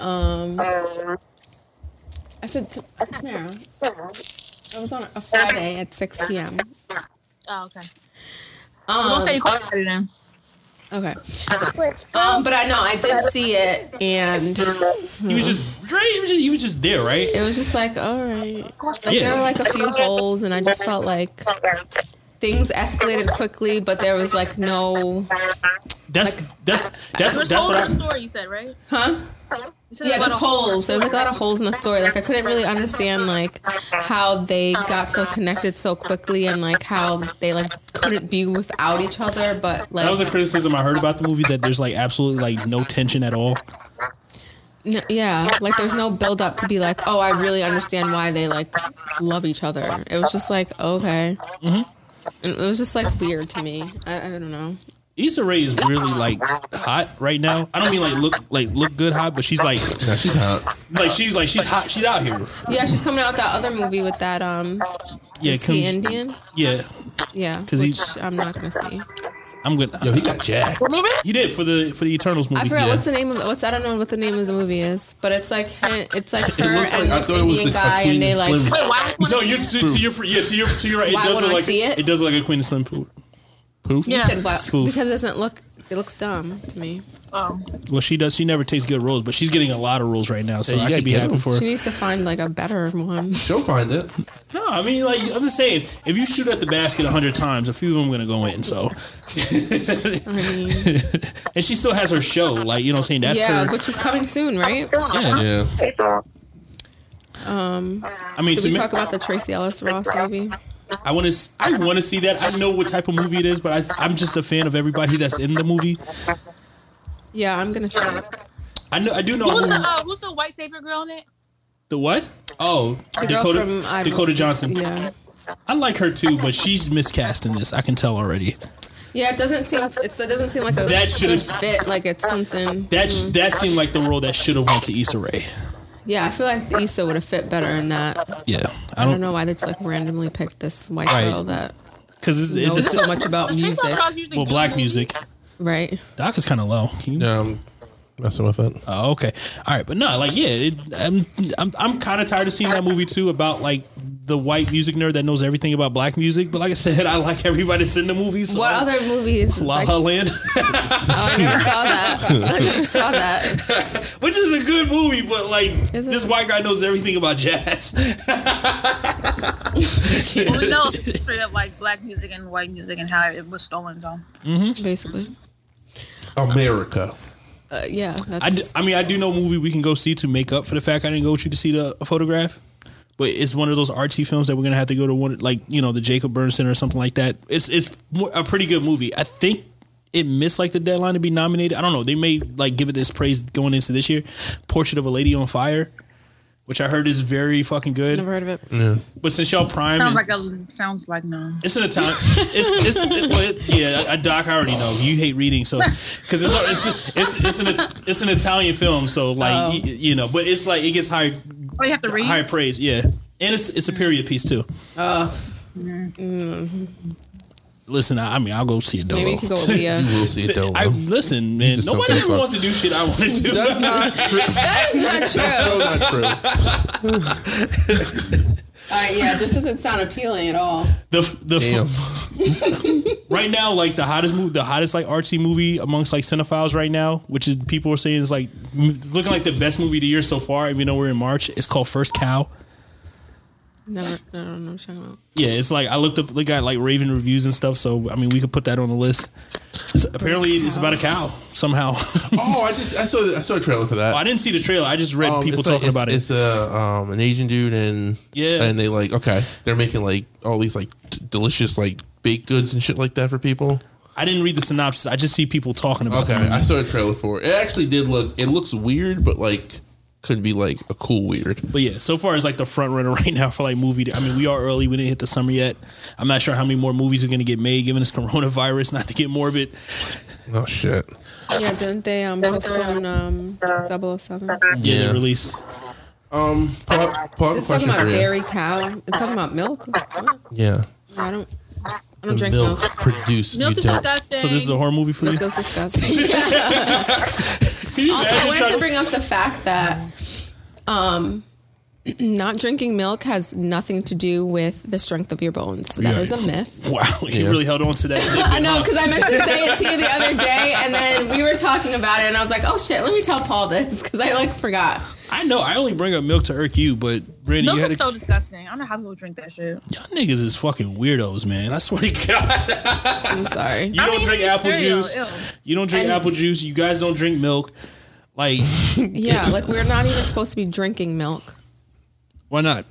S4: Um, I said "T- Tamara. It was on a Friday at 6 p.m.
S1: Oh, okay.
S4: Um,
S1: Don't say you called it then.
S4: Okay. Um, but I know I did see it, and
S3: He was just right. He was just, he was just there, right?
S4: it was just like, all right. Like
S3: Yeah.
S4: there were like a few holes, and I just felt like things escalated quickly, but there was like no,
S3: That's that's that's
S1: There's
S3: that's,
S1: holes in
S3: what
S1: the
S3: I.
S1: story you said, right?
S4: huh?
S1: You said
S4: Yeah,
S1: there's
S4: there's
S1: a lot of
S4: holes. There was like a lot of holes in the story. Like I couldn't really understand like how they got so connected so quickly, and like how they like couldn't be without each other. But like,
S3: That was a criticism I heard about the movie that there's like absolutely like no tension at all.
S4: No, yeah, like there's no build up to be like, oh, I really understand why they like love each other. It was just like okay,
S3: Mm-hmm.
S4: And it was just like weird to me. I, I don't know.
S3: Issa Rae is really like hot right now. I don't mean like look like look good hot, but she's like
S2: Nah, she's hot.
S3: like she's like she's hot. She's out here.
S4: Yeah, she's coming out with that other movie with that um,
S3: Yeah,
S4: is
S3: come-
S4: he Indian?
S3: yeah.
S4: Yeah,
S3: 'Cause he-
S4: which I'm not gonna see.
S3: I'm good.
S2: Yo, he got jacked.
S3: He did for the for the Eternals movie.
S4: I forgot
S3: yeah.
S4: what's the name of what's I don't know what the name of the movie is, but it's like hi- it's like her
S2: looks like-
S4: and
S2: I
S4: this
S2: thought it was
S4: Indian
S2: the- a
S4: guy,
S2: Queen
S4: and they
S2: and
S4: like
S2: Slim.
S1: Wait, why?
S3: no, you're to, to your yeah to your to your right. It
S4: Why
S3: does
S4: won't
S3: look
S4: I
S3: like
S4: see it?
S3: does look like a Queen of Slim Pool.
S2: Poof.
S4: You
S1: Yeah.
S4: said why?
S3: Spoof.
S4: Because it doesn't look. It looks dumb to me.
S1: Um,
S3: Well, she does. She never takes good roles, but she's getting a lot of roles right now. So
S2: Yeah, you
S3: I
S2: gotta
S3: could be
S2: get
S3: happy
S2: them.
S3: for her.
S4: She needs to find like a better one.
S2: She'll find it.
S3: No, I mean, like I'm just saying, if you shoot at the basket hundred times, a few of them are gonna go in. So,
S4: I mean,
S3: and she still has her show. Like you know, what I'm saying that's
S4: yeah,
S3: her.
S4: which is coming soon, right?
S3: Yeah.
S2: Yeah.
S4: Um,
S3: I mean,
S4: did
S3: to
S4: we
S3: me,
S4: talk about the Tracy Ellis Ross movie?
S3: I want to. I want to see that. I know what type of movie it is, but I, I'm just a fan of everybody that's in the movie.
S4: Yeah, I'm gonna see it.
S3: I know. I do know
S1: who was
S3: who,
S1: the uh, who's the white savior girl in it?
S3: the what. Oh,
S4: The girl
S3: Dakota
S4: from I-
S3: Dakota Johnson.
S4: Yeah,
S3: I like her too, but she's miscast in this. I can tell already.
S4: yeah. It doesn't seem. It's, it doesn't seem like a
S3: That should've-
S4: good fit. Like it's something.
S3: That sh that seemed like the role that should have went to Issa Rae.
S4: Yeah, I feel like Issa would have fit better in that.
S3: Yeah,
S4: I don't, know why they just like randomly picked this white
S3: Right.
S4: girl that
S3: because it's,
S4: knows
S3: it's
S4: so much about
S1: Does Tracy
S4: music,
S1: Ellis Ross usually
S3: well
S1: do
S3: black
S1: movies?
S3: music.
S4: right?
S3: Doc is kind of low. Can you
S2: Yeah. I'm messing with it.
S3: Oh, okay. All right, but no, like, yeah, it, I'm, I'm, I'm kind of tired of seeing that movie too about like the white music nerd that knows everything about black music. But like I said, I like everybody that's in the movie. So
S4: What other movies?
S3: La
S4: Like,
S3: La
S4: oh,
S3: Land,
S4: I never saw that. I never saw that.
S3: which is a good movie, but like
S4: Is it?
S3: this white guy knows everything about jazz.
S1: Well, we know straight up like black music and white music and how it was stolen from.
S4: Basically,
S2: America.
S4: uh, yeah. That's,
S3: I, d- I mean, I do know a movie we can go see to make up for the fact I didn't go with you to see the photograph. But it's one of those artsy films that we're gonna have to go to one like you know the Jacob Burns Center or something like that. It's it's more, a pretty good movie. I think it missed like the deadline to be nominated. I don't know. They may like give it this praise going into this year. Portrait of a Lady on Fire, which I heard is very fucking good.
S4: never heard of it.
S3: But since y'all prime,
S1: Sounds
S3: and-
S1: like a sounds like no.
S3: it's an Italian. It's it's it, well, it- yeah. I, Doc, I already know you hate reading, so because it's, it's it's it's an it's an Italian film, so like
S4: Oh.
S3: y- you, know, but it's like it gets high
S1: Oh, you have to read.
S3: high praise, yeah, and it's it's a period piece too.
S4: Oh.
S3: Mm-hmm. Listen, I, I mean, I'll go see a
S4: Maybe
S3: dolo.
S4: you could go with Leah.
S2: We'll see it though.
S3: I listen, man.
S2: just
S3: Nobody
S2: don't
S3: ever
S2: care.
S3: wants to do shit I want to do.
S2: That's not true.
S4: That is not true. All
S2: That's not true.
S4: right, Uh, yeah, this doesn't sound appealing at all.
S3: The the
S2: Damn.
S3: right now, like the hottest movie, the hottest like artsy movie amongst like cinephiles right now, which is people are saying is like m- looking like the best movie of the year so far. Even though we're in March, it's called First Cow.
S4: Never, I don't know what you're talking about.
S3: Yeah, it's like I looked up. They got like Raven reviews and stuff. So I mean, we could put that on the list. It's- apparently, it's about a cow somehow.
S2: Oh, I, did, I saw I saw a trailer for that.
S3: Oh, I didn't see the trailer. I just read
S2: Um,
S3: people
S2: it's like-
S3: talking
S2: it's-
S3: about it.
S2: It's a um, an Asian dude and
S3: Yeah.
S2: and they like okay, they're making like all these like t- delicious like baked goods and shit like that for people.
S3: I didn't read the synopsis. I just see people talking about
S2: Okay,
S3: it.
S2: I saw a trailer for it. It actually did look. It looks weird, but like could be like a cool weird.
S3: But yeah, so far it's like the front runner right now for like movie. I mean, we are early. We didn't hit the summer yet. I'm not sure how many more movies are going to get made given this coronavirus. Not to get morbid.
S2: Oh shit.
S4: Yeah, didn't they um, postpone um, 007?
S3: Yeah,
S2: Yeah.
S3: the release.
S2: Um. Paul, Paul, I have a
S4: It's talking
S2: question
S4: about
S2: for you.
S4: dairy cow. It's talking about milk. What?
S2: Yeah.
S4: I don't. I don't
S2: The
S4: drink
S2: milk
S4: milk.
S2: produced.
S1: Milk
S2: you
S1: is
S2: don't.
S1: disgusting.
S3: So this is a horror movie for you.
S4: Milk is disgusting.
S3: Can you
S4: Also, I
S3: imagine
S4: wanted to
S3: trying
S4: bring up the fact that um, not drinking milk has nothing to do with the strength of your bones. That
S3: Yeah.
S4: is a myth.
S3: Wow, you
S2: Yeah.
S3: really held on to that.
S4: I know, because I meant to say it to you the other day, and then we were talking about it, and I was like, "Oh shit, let me tell Paul this," because I like forgot.
S3: I know. I only bring up milk to irk you, but Brandon,
S1: Milk
S3: you had
S1: is
S3: a
S1: so disgusting. I don't know how people drink that shit.
S3: Y'all niggas is fucking weirdos, man. I swear to God.
S4: I'm sorry.
S3: You don't
S1: mean,
S3: drink
S1: it's
S3: apple
S1: cereal,
S3: juice.
S1: ew.
S3: You don't drink
S4: And-
S3: apple juice. You guys don't drink milk. Like,
S4: yeah, like we're not even supposed to be drinking milk.
S3: why not?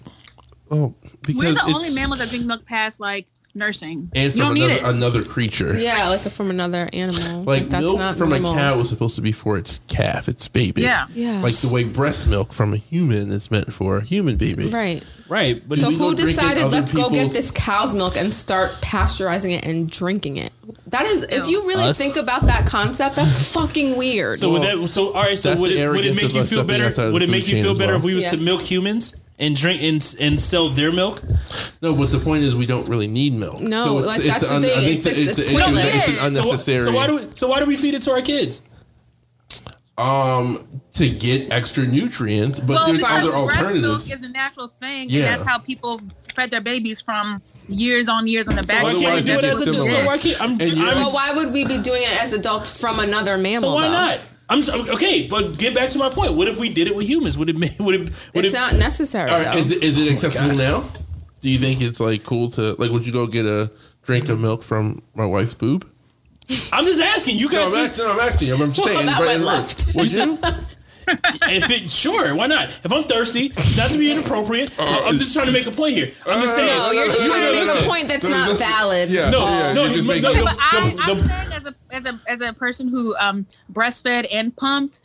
S2: Oh, because
S1: We're the
S2: it's
S1: only mammals that drink milk past like nursing.
S2: and
S1: you
S2: from
S1: don't need
S2: another
S1: it.
S2: another creature.
S4: Yeah, like from another animal.
S2: Like
S4: that's
S2: milk
S4: not
S2: from
S4: normal.
S2: a cow was supposed to be for its calf, its baby.
S1: Yeah.
S4: Yeah.
S2: Like the way breast milk from a human is meant for a human baby.
S4: Right.
S3: Right. But
S4: So
S2: we
S4: who
S2: go drinking
S4: decided
S2: other
S4: let's go get
S2: people's-
S4: this cow's milk and start pasteurizing it and drinking it? That is, if you really
S3: Us?
S4: think about that concept, that's fucking weird.
S3: so would that? So all right. So
S2: That's
S3: would
S2: the
S3: it, would it
S2: arrogance
S3: make
S2: of
S3: you
S2: us
S3: feel
S2: stepping outside
S3: better?
S2: of
S3: Would
S2: the
S3: it make
S2: food
S3: you
S2: chain
S3: feel
S2: as
S3: better
S2: well?
S3: if we was to
S4: Yeah.
S3: milk humans and drink and and sell their milk?
S2: No, but the point is we don't really need milk.
S4: No, like, that's the
S2: un-
S4: thing.
S2: I think
S4: It's-
S2: the-
S4: it's-
S2: it's, the
S4: it's
S2: issue
S4: pointless.
S2: that it's an
S3: So why-
S2: unnecessary
S3: So, why do we, so why do we feed it to our kids?
S2: um to get extra nutrients, but
S1: Well,
S2: there's
S1: because
S2: other
S1: breast milk
S2: alternatives.
S1: is a natural thing,
S2: Yeah.
S1: and that's how people fed their babies from
S8: years on years on the back.
S3: Why can't we
S2: Otherwise,
S3: do it
S2: it's
S3: as a
S2: similar.
S3: so why can't I'm,
S2: And you're-
S3: I'm
S4: But why would we be doing it as adults from another mammal?
S3: So why
S4: though?
S3: not? I'm so, okay, but get back to my point. What if we did it with humans? Would it ma- would it would
S4: It's
S3: it
S4: not necessary.
S2: All right,
S4: though.
S2: is it,
S1: Oh
S2: is it acceptable now? Do you think it's like cool to like? Would you go get a drink of milk from my wife's boob?
S3: I'm just asking. You
S2: No,
S3: guys
S2: I'm, act- no, I'm asking. you. I'm just saying.
S4: that
S2: right
S4: went
S2: in the room.
S4: left.
S2: Would you?
S3: if it sure, why not? If I'm thirsty, not to be inappropriate.
S2: Uh,
S3: I- I'm just trying to make a point here. I'm just saying.
S4: no, you're just
S3: No,
S4: trying
S3: no,
S4: to make a
S3: listen.
S4: point that's not valid.
S2: Yeah,
S3: No,
S2: yeah,
S3: no,
S2: you're just
S3: you-
S2: making-
S3: no,
S8: Okay, but I,
S3: The-
S8: I'm
S3: the-
S8: saying as a as a as a person who um breastfed and pumped,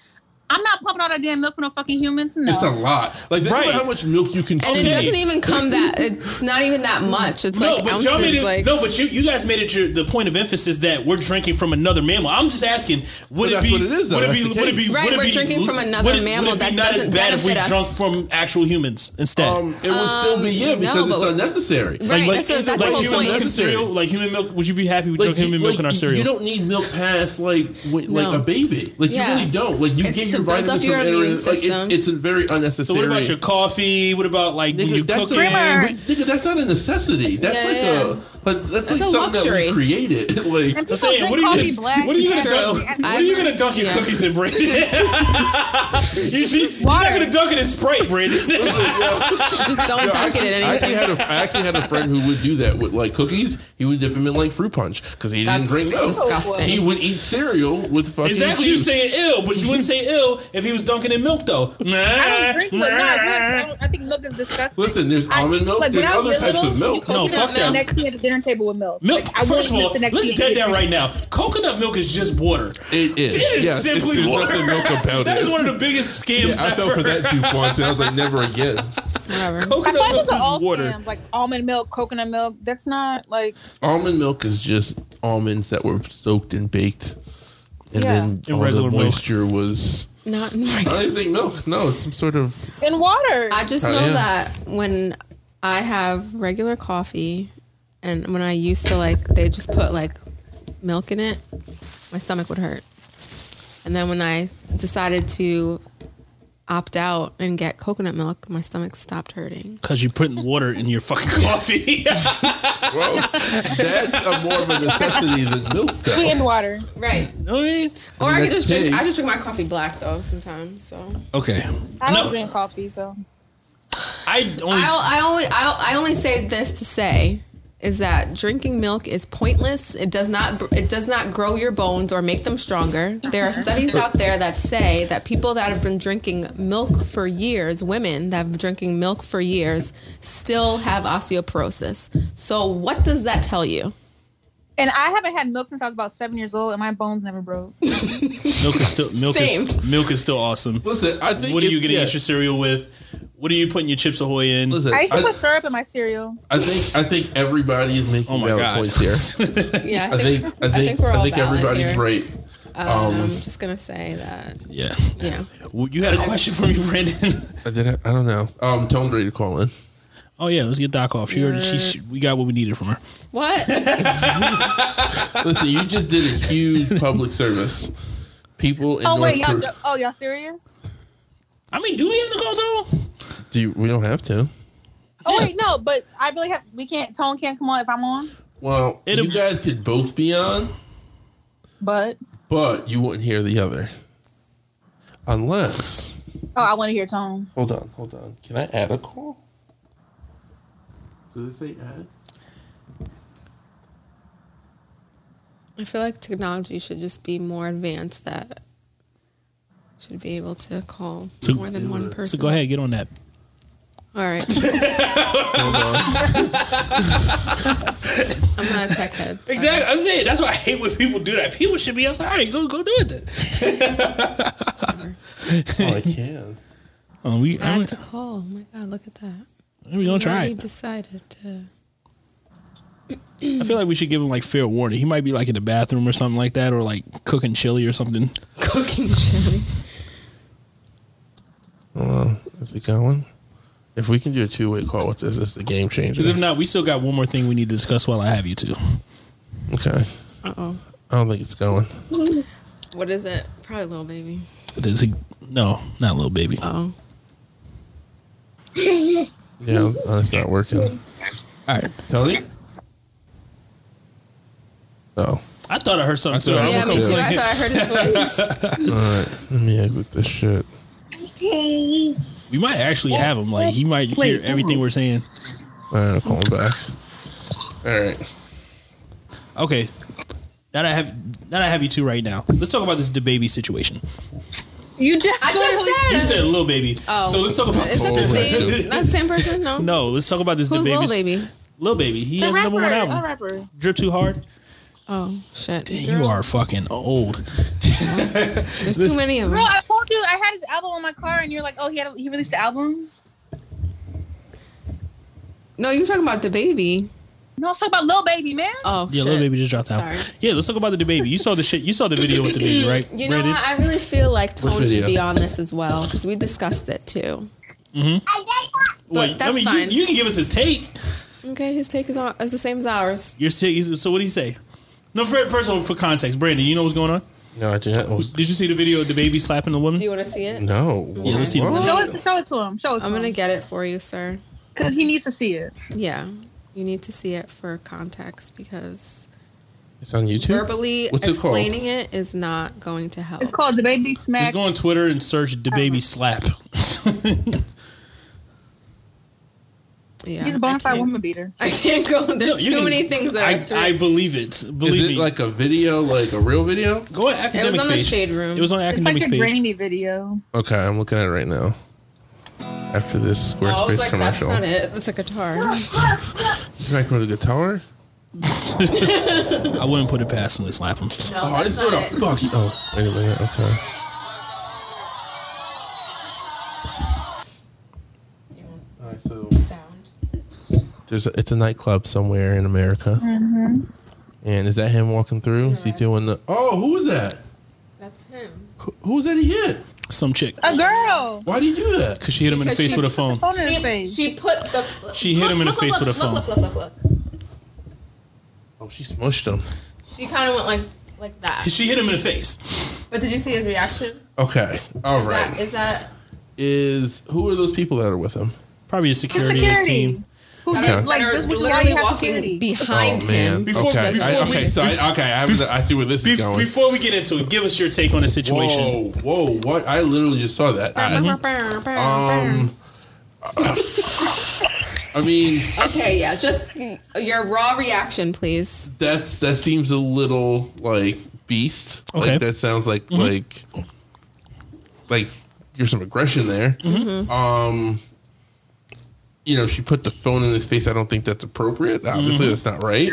S8: I'm not pumping all that damn milk for no fucking humans. No.
S2: It's a lot. Like, think
S3: Right.
S2: about how much milk you can.
S4: And
S2: feed.
S4: it doesn't even come that. It's not even that much. It's
S3: No,
S4: like
S3: but y'all made
S4: ounces.
S3: it,
S4: Like
S3: no, but you you guys made it your, the point of emphasis that we're drinking from another mammal. I'm just asking, would
S2: But
S3: it
S2: that's
S3: be
S2: what it is, though.
S3: would it
S2: That's
S3: be
S2: the
S3: would it be
S2: case.
S3: would
S4: Right,
S3: it
S4: we're
S3: be-
S4: drinking from another
S3: would it-
S4: mammal
S3: would it be
S4: that
S3: not as
S4: doesn't
S3: bad if we
S4: benefit us?
S3: drunk from actual humans instead?
S2: Um, it would still be yeah because
S4: Um, no, but-
S2: it's unnecessary.
S4: Right, that's what- that's the whole
S3: human
S4: point.
S3: milk and
S2: Unnecessary.
S3: cereal, like human milk. Would you be happy we
S2: Like,
S3: drunk human
S2: you-
S3: milk
S2: like,
S3: in our
S2: you-
S3: cereal?
S2: You don't need milk past like wi-
S4: No.
S2: like a baby. Like
S4: Yeah.
S2: you really don't. Like you
S4: It's
S2: get
S4: just
S2: your
S4: to build up
S2: vitamins from
S4: your
S2: everywhere.
S4: immune
S2: Like
S4: system.
S2: it's, it's a very unnecessary.
S3: So what about your coffee? What about like when you're
S2: Nigga, that's, a,
S3: cooking?
S8: Primer.
S2: nigga, that's not a necessity. That's
S4: Yeah,
S2: like
S4: yeah, yeah.
S2: a like, that's, like
S4: a
S2: something
S4: luxury.
S2: that we created. like
S8: and
S3: I'm
S8: people
S3: saying,
S8: drink
S3: what are you
S8: coffee
S3: gonna-
S8: black.
S3: What are you gonna
S4: True.
S3: dunk? What are you gonna dunk your
S4: Yeah.
S3: cookies in, Brandon? you see, you're not
S8: Water.
S3: gonna dunk it in Sprite, Brandon.
S4: just don't dunk it in
S2: I actually
S4: anything.
S2: had a I actually had a friend who would do that with like cookies. He would dip them in like fruit punch because he
S4: That's
S2: didn't drink milk.
S4: disgusting.
S2: He would eat cereal with fucking
S3: exactly, you
S2: juice.
S3: saying ill, but you wouldn't say ill if he was dunking in milk, though.
S8: I don't drink milk. No, I, drink- I
S3: Nah.
S8: don't- I think milk is disgusting.
S2: Listen, there's almond milk.
S8: Like, when
S2: there's
S8: I was
S2: other
S8: little,
S2: types of milk.
S8: You
S3: No,
S8: coconut
S3: fuck
S8: milk
S3: that.
S8: Next to me at the dinner table with milk.
S3: Milk.
S8: Like, I
S3: first of
S8: wouldn't
S3: all,
S8: mix it next
S3: let's
S8: to your
S3: dead
S8: kids'
S3: that right
S8: drink.
S3: now. Coconut milk is just water.
S2: It is.
S3: It is
S2: Yes, it's-
S3: simply
S2: there's
S3: water.
S2: nothing milk about
S3: That
S2: it.
S3: is one of the biggest
S2: yeah,
S3: scams
S2: I
S3: ever.
S2: fell for that DuPont. And I was like, never again.
S4: Whatever.
S8: I
S3: Coconut milk
S8: thought those
S3: is
S8: are all
S3: water.
S8: scams, like almond milk, coconut milk. That's not like
S2: Almond milk is just almonds that were soaked and baked, and
S8: Yeah.
S2: then
S3: And
S2: all
S3: regular
S2: the
S3: milk.
S2: moisture was.
S4: Not.
S2: I don't even think milk. No, it's some sort of.
S8: in water.
S4: I just
S2: Oh,
S4: know
S2: yeah.
S4: that when I have regular coffee, and when I used to like, they just put like milk in it, my stomach would hurt. And then when I decided to opt out and get coconut milk, my stomach stopped hurting.
S3: Because you're putting water in your fucking coffee.
S2: Well, that's a more of a necessity than milk. Though.
S8: Sweetened water.
S4: Right.
S3: You know what I mean?
S4: Or I,
S2: mean,
S4: could
S2: that's
S4: just drink.
S2: pig.
S4: I just drink my coffee black though sometimes. So
S3: Okay.
S8: I don't
S3: No.
S8: drink coffee, so
S3: I only.
S4: I I only I, I only say this to say is that drinking milk is pointless. It does not it does not grow your bones or make them stronger. There are studies out there that say that people that have been drinking milk for years, women that have been drinking milk for years, still have osteoporosis. So what does that tell you?
S8: and I haven't had milk since I was about seven years old, and my bones never broke.
S3: Milk is still milk
S4: Same.
S3: is milk is still awesome.
S2: Listen, I think.
S3: What are
S2: if-
S3: you gonna
S2: yeah,
S3: eat your cereal with? What are you putting your chips ahoy in?
S2: Listen,
S8: I used to
S2: I-
S8: put syrup in my cereal.
S2: I think I think everybody is making
S3: Oh my
S2: valid
S3: God.
S2: points here.
S4: Yeah,
S2: I think I think I think,
S4: we're all valid
S2: everybody's
S4: here.
S2: right.
S4: Um, I'm just gonna say that.
S3: Yeah.
S4: Yeah.
S3: Well, you had a question for me, Brandon.
S2: I did. I don't know. Um, Tom's ready to call in.
S3: oh yeah, let's get Doc off. She already. She, she we got what we needed from her.
S4: What?
S2: Listen, you just did a huge public service. People in
S8: Oh
S2: North
S8: wait, y'all,
S2: Korea-
S8: oh y'all serious?
S3: I mean, do we have to go to?
S2: Do you, we don't have to.
S8: Oh wait, no, but I really have. We can't. Tone can't come on if I'm on.
S2: Well,
S3: It'll-
S2: you guys could both be on,
S8: But
S2: but you wouldn't hear the other. Unless,
S8: oh, I want to hear Tone.
S2: hold on, hold on. Can I add a call? Did it say add?
S4: I feel like technology should just be more advanced that should be able to call
S3: So-
S4: more than one person.
S3: So go ahead, get on that.
S4: All right.
S2: Hold on.
S4: I'm not a tech head. so-
S3: Exactly. I'm saying that's why I hate when people do that. People should be outside. All right, go go do it. Then.
S2: oh, I can.
S3: Oh, we
S4: I
S3: I
S4: had
S3: mean,
S4: to call. Oh my God, look at that.
S3: we gonna
S4: He
S3: try.
S4: already
S3: it.
S4: decided to.
S3: I feel like we should give him like fair warning. He might be like in the bathroom or something like that, or like cooking chili or something.
S4: Cooking chili.
S2: Is it going? If we can do a two way call with this, it's a game changer.
S3: Because if not, we still got one more thing we need to discuss while I have you two.
S2: okay.
S4: Uh oh.
S2: I don't think it's going.
S4: What is it? Probably little baby.
S3: There's a- no, not little baby.
S4: Oh.
S2: Yeah, uh, it's not working.
S3: All right.
S2: Tony? Oh.
S3: I thought I heard something too.
S2: I thought-
S4: Yeah, me too. I
S2: Yeah.
S4: thought I heard his voice.
S2: All right. Let me exit this shit.
S3: We might actually have him. Like he might hear everything we're saying.
S2: All right. I'm calling back. All right.
S3: Okay. Now that I have now that I have you two right now, let's talk about this the baby situation.
S1: You just.
S4: I
S3: You
S4: just said.
S3: said little baby.
S4: Oh.
S3: So let's talk about
S4: Is it the
S2: Oh,
S4: same?
S2: right.
S4: Not the same person? No.
S3: No, let's talk about this
S4: Who's
S3: the
S4: Lil
S3: baby.
S4: Baby?
S3: Lil baby. He
S8: The
S3: has a number one
S8: rapper,
S3: album.
S8: the rapper.
S3: Drip too hard.
S4: Oh shit!
S3: You are fucking old.
S4: There's too many of them.
S8: Bro, I told you I had his album on my car, and you're like, oh, he had a, he released the album.
S4: No, you're talking about the baby.
S8: No, I was talking about Lil Baby, man.
S4: Oh
S3: Yeah,
S4: shit.
S3: little baby just dropped out.
S4: Sorry.
S3: Yeah, let's talk about the baby. You saw the shit. You saw the video with the baby, right?
S4: You know what? I really feel like Tone should
S2: video?
S4: be on this as well because we discussed it too.
S3: Well,
S4: that's
S3: I mean,
S4: fine.
S3: You, you can give us his take.
S4: Okay, his take is, on, is the same as ours.
S3: Your take. is- So what do you say? No, for, first of all, for context, Brandon, you know what's going on.
S2: No, I didn't. Oh,
S3: Did you see the video of the baby slapping the woman?
S4: Do you want to see it?
S2: no.
S3: Yeah, let's see the
S8: Show
S2: What?
S8: it, show it to him. Show it to
S4: I'm gonna
S8: him
S4: get it for you, sir.
S8: because he needs to see it.
S4: Yeah, you need to see it for context because
S2: It's on YouTube.
S4: verbally
S2: What's it called?
S4: explaining it is not going to help.
S8: It's called the Baby
S3: Just
S8: Smack.
S3: go on Twitter and search
S4: Um,
S3: the baby slap.
S4: yeah,
S8: He's a
S4: I
S8: bona fide
S4: can't-
S8: woman beater.
S4: I can't go. There's
S3: You
S4: too
S3: can-
S4: many things that I,
S3: I,
S4: threw.
S3: I believe it. Believe
S2: Is
S3: me.
S2: it like a video, like a real video?
S3: go on
S4: it was
S3: academics
S4: on the
S3: page.
S4: shade room.
S3: It was on
S8: It's like
S3: academics
S8: the
S3: page.
S8: grainy video.
S2: Okay, I'm looking at it right now. After this
S4: Oh, I was
S2: Squarespace
S4: like, that's
S2: commercial,
S4: not it. That's a guitar.
S2: you like with a guitar?
S3: I wouldn't put it past him to slap him.
S4: No,
S2: Oh, I
S4: that's
S2: just want
S4: not
S2: to
S4: it.
S2: fuck you. Oh, wait a minute. Okay. All right, so
S4: Sound.
S2: there's a, it's a nightclub somewhere in America, and is that him walking through? Is he doing the? Oh, who was that?
S4: That's him.
S2: Who, who was that he hit?
S3: Some chick.
S8: A girl.
S2: Why did he do that?
S3: Because she hit him in the
S4: Uh, Because
S3: face
S4: she-
S3: with a phone.
S8: Phone in his
S4: She,
S8: face.
S4: she put the.
S3: She hit him in the
S4: look,
S3: face
S4: look,
S3: with a
S4: look, Look, look, look, look, look.
S2: Oh, she smushed him.
S4: She kind of went like like that.
S3: She hit him in the face.
S4: But did you see his reaction?
S2: Okay, all
S4: Is
S2: right.
S4: that is that
S2: Is who are those people that are with him?
S3: Probably his security, his
S8: security.
S3: team.
S8: Who
S4: that
S2: Okay.
S8: did, like
S4: are
S8: this was why
S4: literally
S8: you have
S4: walking
S8: security.
S4: behind
S2: oh man.
S4: him?
S3: Before-
S2: okay.
S3: before
S2: I,
S3: we-
S2: okay. so I, okay. I, was, I see where this
S3: Bef-
S2: is going.
S3: before we get into it, give us your take on the situation.
S2: whoa, whoa! What? I literally just saw
S3: Uh,
S2: that. I, um. I mean,
S4: okay, yeah, just your raw reaction, please.
S2: that's that seems a little like beast.
S3: Okay.
S2: Like that sounds like like like there's some aggression there. Um you know, she put the phone in his face. I don't think that's appropriate. Obviously, that's not right.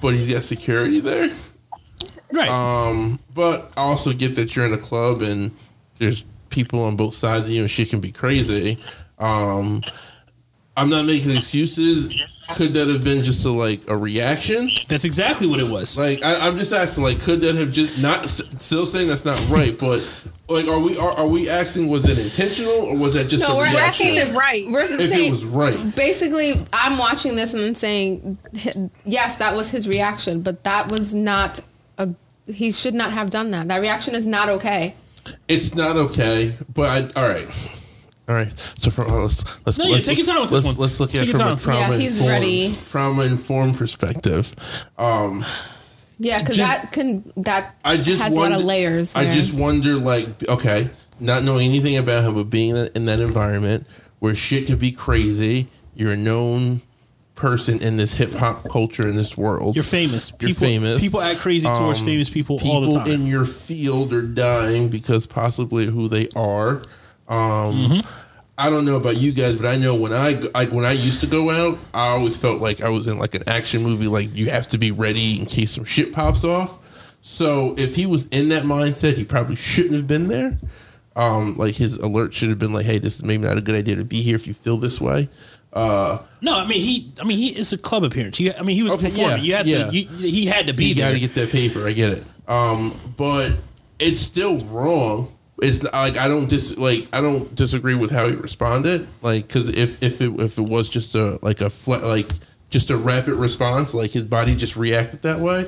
S2: But he's got security there.
S3: Right.
S2: Um, but I also get that you're in a club and there's people on both sides of you, and shit can be crazy. Um, I'm not making excuses. Could that have been just a, like a reaction?
S3: That's exactly what it was.
S2: Like I, I'm just asking, like, could that have just not? St- still saying that's not right, but like, are we are, are we asking? Was it intentional or was that just
S4: No,
S2: a
S4: we're
S2: reaction?
S4: asking if
S8: Right.
S4: We're
S2: if it
S4: saying
S2: was right.
S4: basically, I'm watching this and I'm saying, yes, that was his reaction, but that was not a. He should not have done that. That reaction is not okay.
S2: It's not okay, but I, all right. All right, so from uh, let's let's
S3: No, yeah,
S2: let's
S3: take your time with this
S2: let's,
S3: one.
S2: Let's look at it
S3: Take your
S2: from
S3: time.
S2: a trauma
S4: Yeah, he's
S2: informed,
S4: ready.
S2: trauma informed perspective. Um,
S4: Yeah, because
S2: Just-
S4: that can that
S2: I just
S4: has
S2: wonder,
S4: a lot of layers.
S2: I
S4: there.
S2: just wonder, like, okay, not knowing anything about him, but being in that environment where shit could be crazy. You're a known person in this hip hop culture in this world.
S3: You're famous.
S2: You're
S3: people,
S2: famous.
S3: People act crazy towards
S2: Um,
S3: famous people,
S2: People
S3: all the time.
S2: in your field are dying because possibly who they are. Um,
S3: Mm-hmm.
S2: I don't know about you guys, but I know when I like when I used to go out, I always felt like I was in like an action movie. Like you have to be ready in case some shit pops off. So if he was in that mindset, he probably shouldn't have been there. Um, like his alert should have been like, "Hey, this is maybe not a good idea to be here if you feel this way."
S3: no, I mean he. I mean he is a club appearance. He, I mean he was
S2: Okay,
S3: performing.
S2: yeah,
S3: you had
S2: yeah.
S3: to. You, he had to be
S2: you got
S3: there.
S2: to get that paper. I get it. Um, but it's still wrong. It's not- like I don't dis like I don't disagree with how he responded. Like because if if it if it was just a like a flat like just a rapid response, like his body just reacted that way.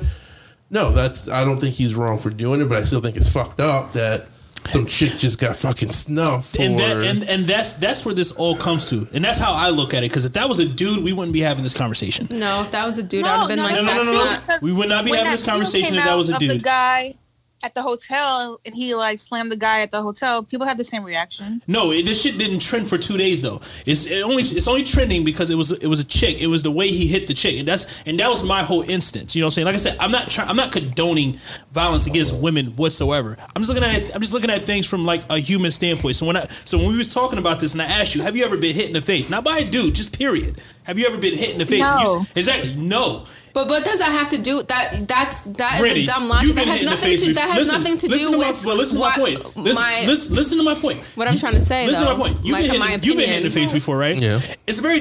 S2: No, that's I don't think he's wrong for doing it, but I still think it's fucked up that Some chick just got fucking snuffed.
S3: and that
S2: or-
S3: and, and that's that's where this all comes to, and that's how I look at it. Because if that was a dude, we wouldn't be having this conversation.
S4: No, if that was a dude,
S8: No,
S4: I'd have been
S8: no,
S4: like,
S3: No, no, no,
S4: that's
S3: no, no.
S4: not.
S8: Because
S3: We would not be
S8: when
S3: having
S8: that
S3: this
S8: video
S3: conversation
S8: came
S3: if that
S8: out
S3: was a
S8: of The
S3: dude.
S8: guy at the hotel, and he like slammed the guy at the hotel. People had the same reaction.
S3: No, it, this shit didn't trend for two days though. It's it only it's only trending because it was it was a chick. It was the way he hit the chick, and that's and that was my whole instance. You know what I'm saying? Like I said, I'm not trying. I'm not condoning violence against women whatsoever. I'm just looking at I'm just looking at things from like a human standpoint. So when I so when we was talking about this, and I asked you, have you ever been hit in the face? Not by a dude, just period. Have you ever been hit in the face?
S8: No.
S3: You s- exactly. No.
S4: But what does that have to do? That that's that is
S3: Brittany,
S4: a dumb logic.
S3: you've
S4: That
S3: been
S4: has
S3: hit in the
S4: nothing
S3: face
S4: to that
S3: before.
S4: has
S3: Listen-
S4: nothing to
S3: listen
S4: do
S3: my-
S4: with
S3: well, listen
S4: what
S3: to my point. Listen,
S4: my
S3: listen, listen to my point.
S4: what I'm trying to say.
S3: Listen to
S4: though,
S3: my point. You've
S4: like
S3: been hit,
S4: my
S3: in-
S4: opinion.
S3: you've been hit in the face before, right?
S2: Yeah.
S3: It's a very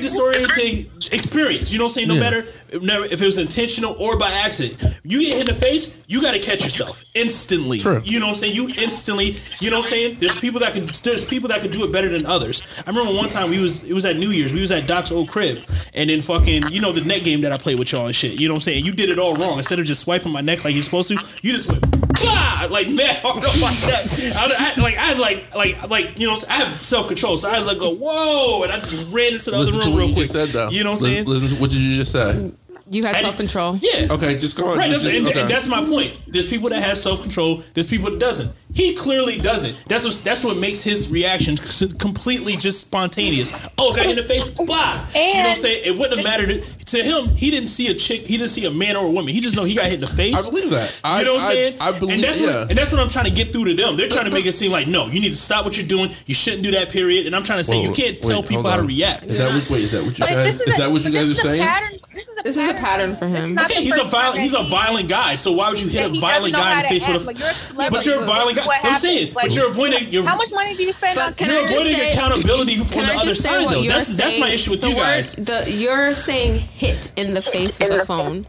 S3: disorienting experience. You know what I'm saying? No
S2: Yeah.
S3: matter never, if it was intentional or by accident. You get hit in the face, you got to catch yourself instantly.
S2: True.
S3: You know what I'm saying? You instantly. You know what I'm saying? There's people that could. There's people that could do it better than others. I remember one time we was it was at New Year's. We was at Doc's old crib, and then fucking you know the net game that I played with y'all and shit. You know what I'm saying? You did it all wrong. Instead of just swiping my neck like you're supposed to, you just went. Bah! Like man, hard on my neck. I, I, like I was like like like you know I have self control, so I was like go whoa, and I just ran into
S2: Listen
S3: the other
S2: to
S3: room
S2: what
S3: real
S2: you
S3: quick.
S2: just said, though.
S3: You know what I'm
S2: Lis-
S3: saying?
S2: Listen, to what did you just say?
S4: You had
S3: I-
S4: self control.
S3: Yeah.
S2: Okay, just go on.
S3: Right, that's,
S2: Just-
S3: and, and
S2: okay.
S3: that's my point. There's people that have self control. There's people that doesn't. He clearly doesn't. That's what that's what makes his reaction s- completely just spontaneous. Oh, got hit in the face, blah. you know what I'm
S1: And-
S3: saying? It wouldn't have mattered to- to him. He didn't see a chick. He didn't see a man or a woman. He just know he got hit in the face.
S2: I believe that. I,
S3: you know what
S2: I,
S3: I'm saying?
S2: I believe.
S3: and that's
S2: yeah.
S3: what and that's what I'm trying to get through to them. They're trying to make it seem like no, you need to stop what you're doing. You shouldn't do that. Period. And I'm trying to say
S2: Whoa,
S3: you can't
S2: Oh, wait,
S3: tell
S2: hold
S3: people how to
S2: on.
S3: react.
S2: Is that what? Wait, is that what you guys? Is that what you
S8: but
S2: guys
S8: this
S2: are
S8: is a
S2: saying?
S8: Pattern, this is a
S4: This is a
S8: pattern.
S4: pattern for
S8: It's
S4: him.
S8: not
S3: Okay,
S8: the
S3: he's a
S8: first
S3: violent
S8: time
S3: he's a
S8: that he-
S3: violent guy. So why would you
S8: that
S3: hit a
S8: he
S3: violent
S8: doesn't know
S3: guy in the
S8: how
S3: face
S8: to
S3: with
S8: act.
S3: a
S8: Like, you're a celebrity.
S3: but you're a violent guy.
S8: What
S3: I'm
S8: happened?
S3: saying,
S8: Like,
S3: but you're avoiding you're,
S8: How much money do you spend
S4: But
S8: on
S4: can
S3: you're
S4: I just
S3: avoiding
S4: say-
S3: accountability on
S4: Can
S3: the
S4: I
S3: other
S4: just say
S3: side
S4: what
S3: though.
S4: you're
S3: That's
S4: saying?
S3: that's my issue with
S4: the
S3: you guys.
S4: Word, the you're saying hit in the face with a phone.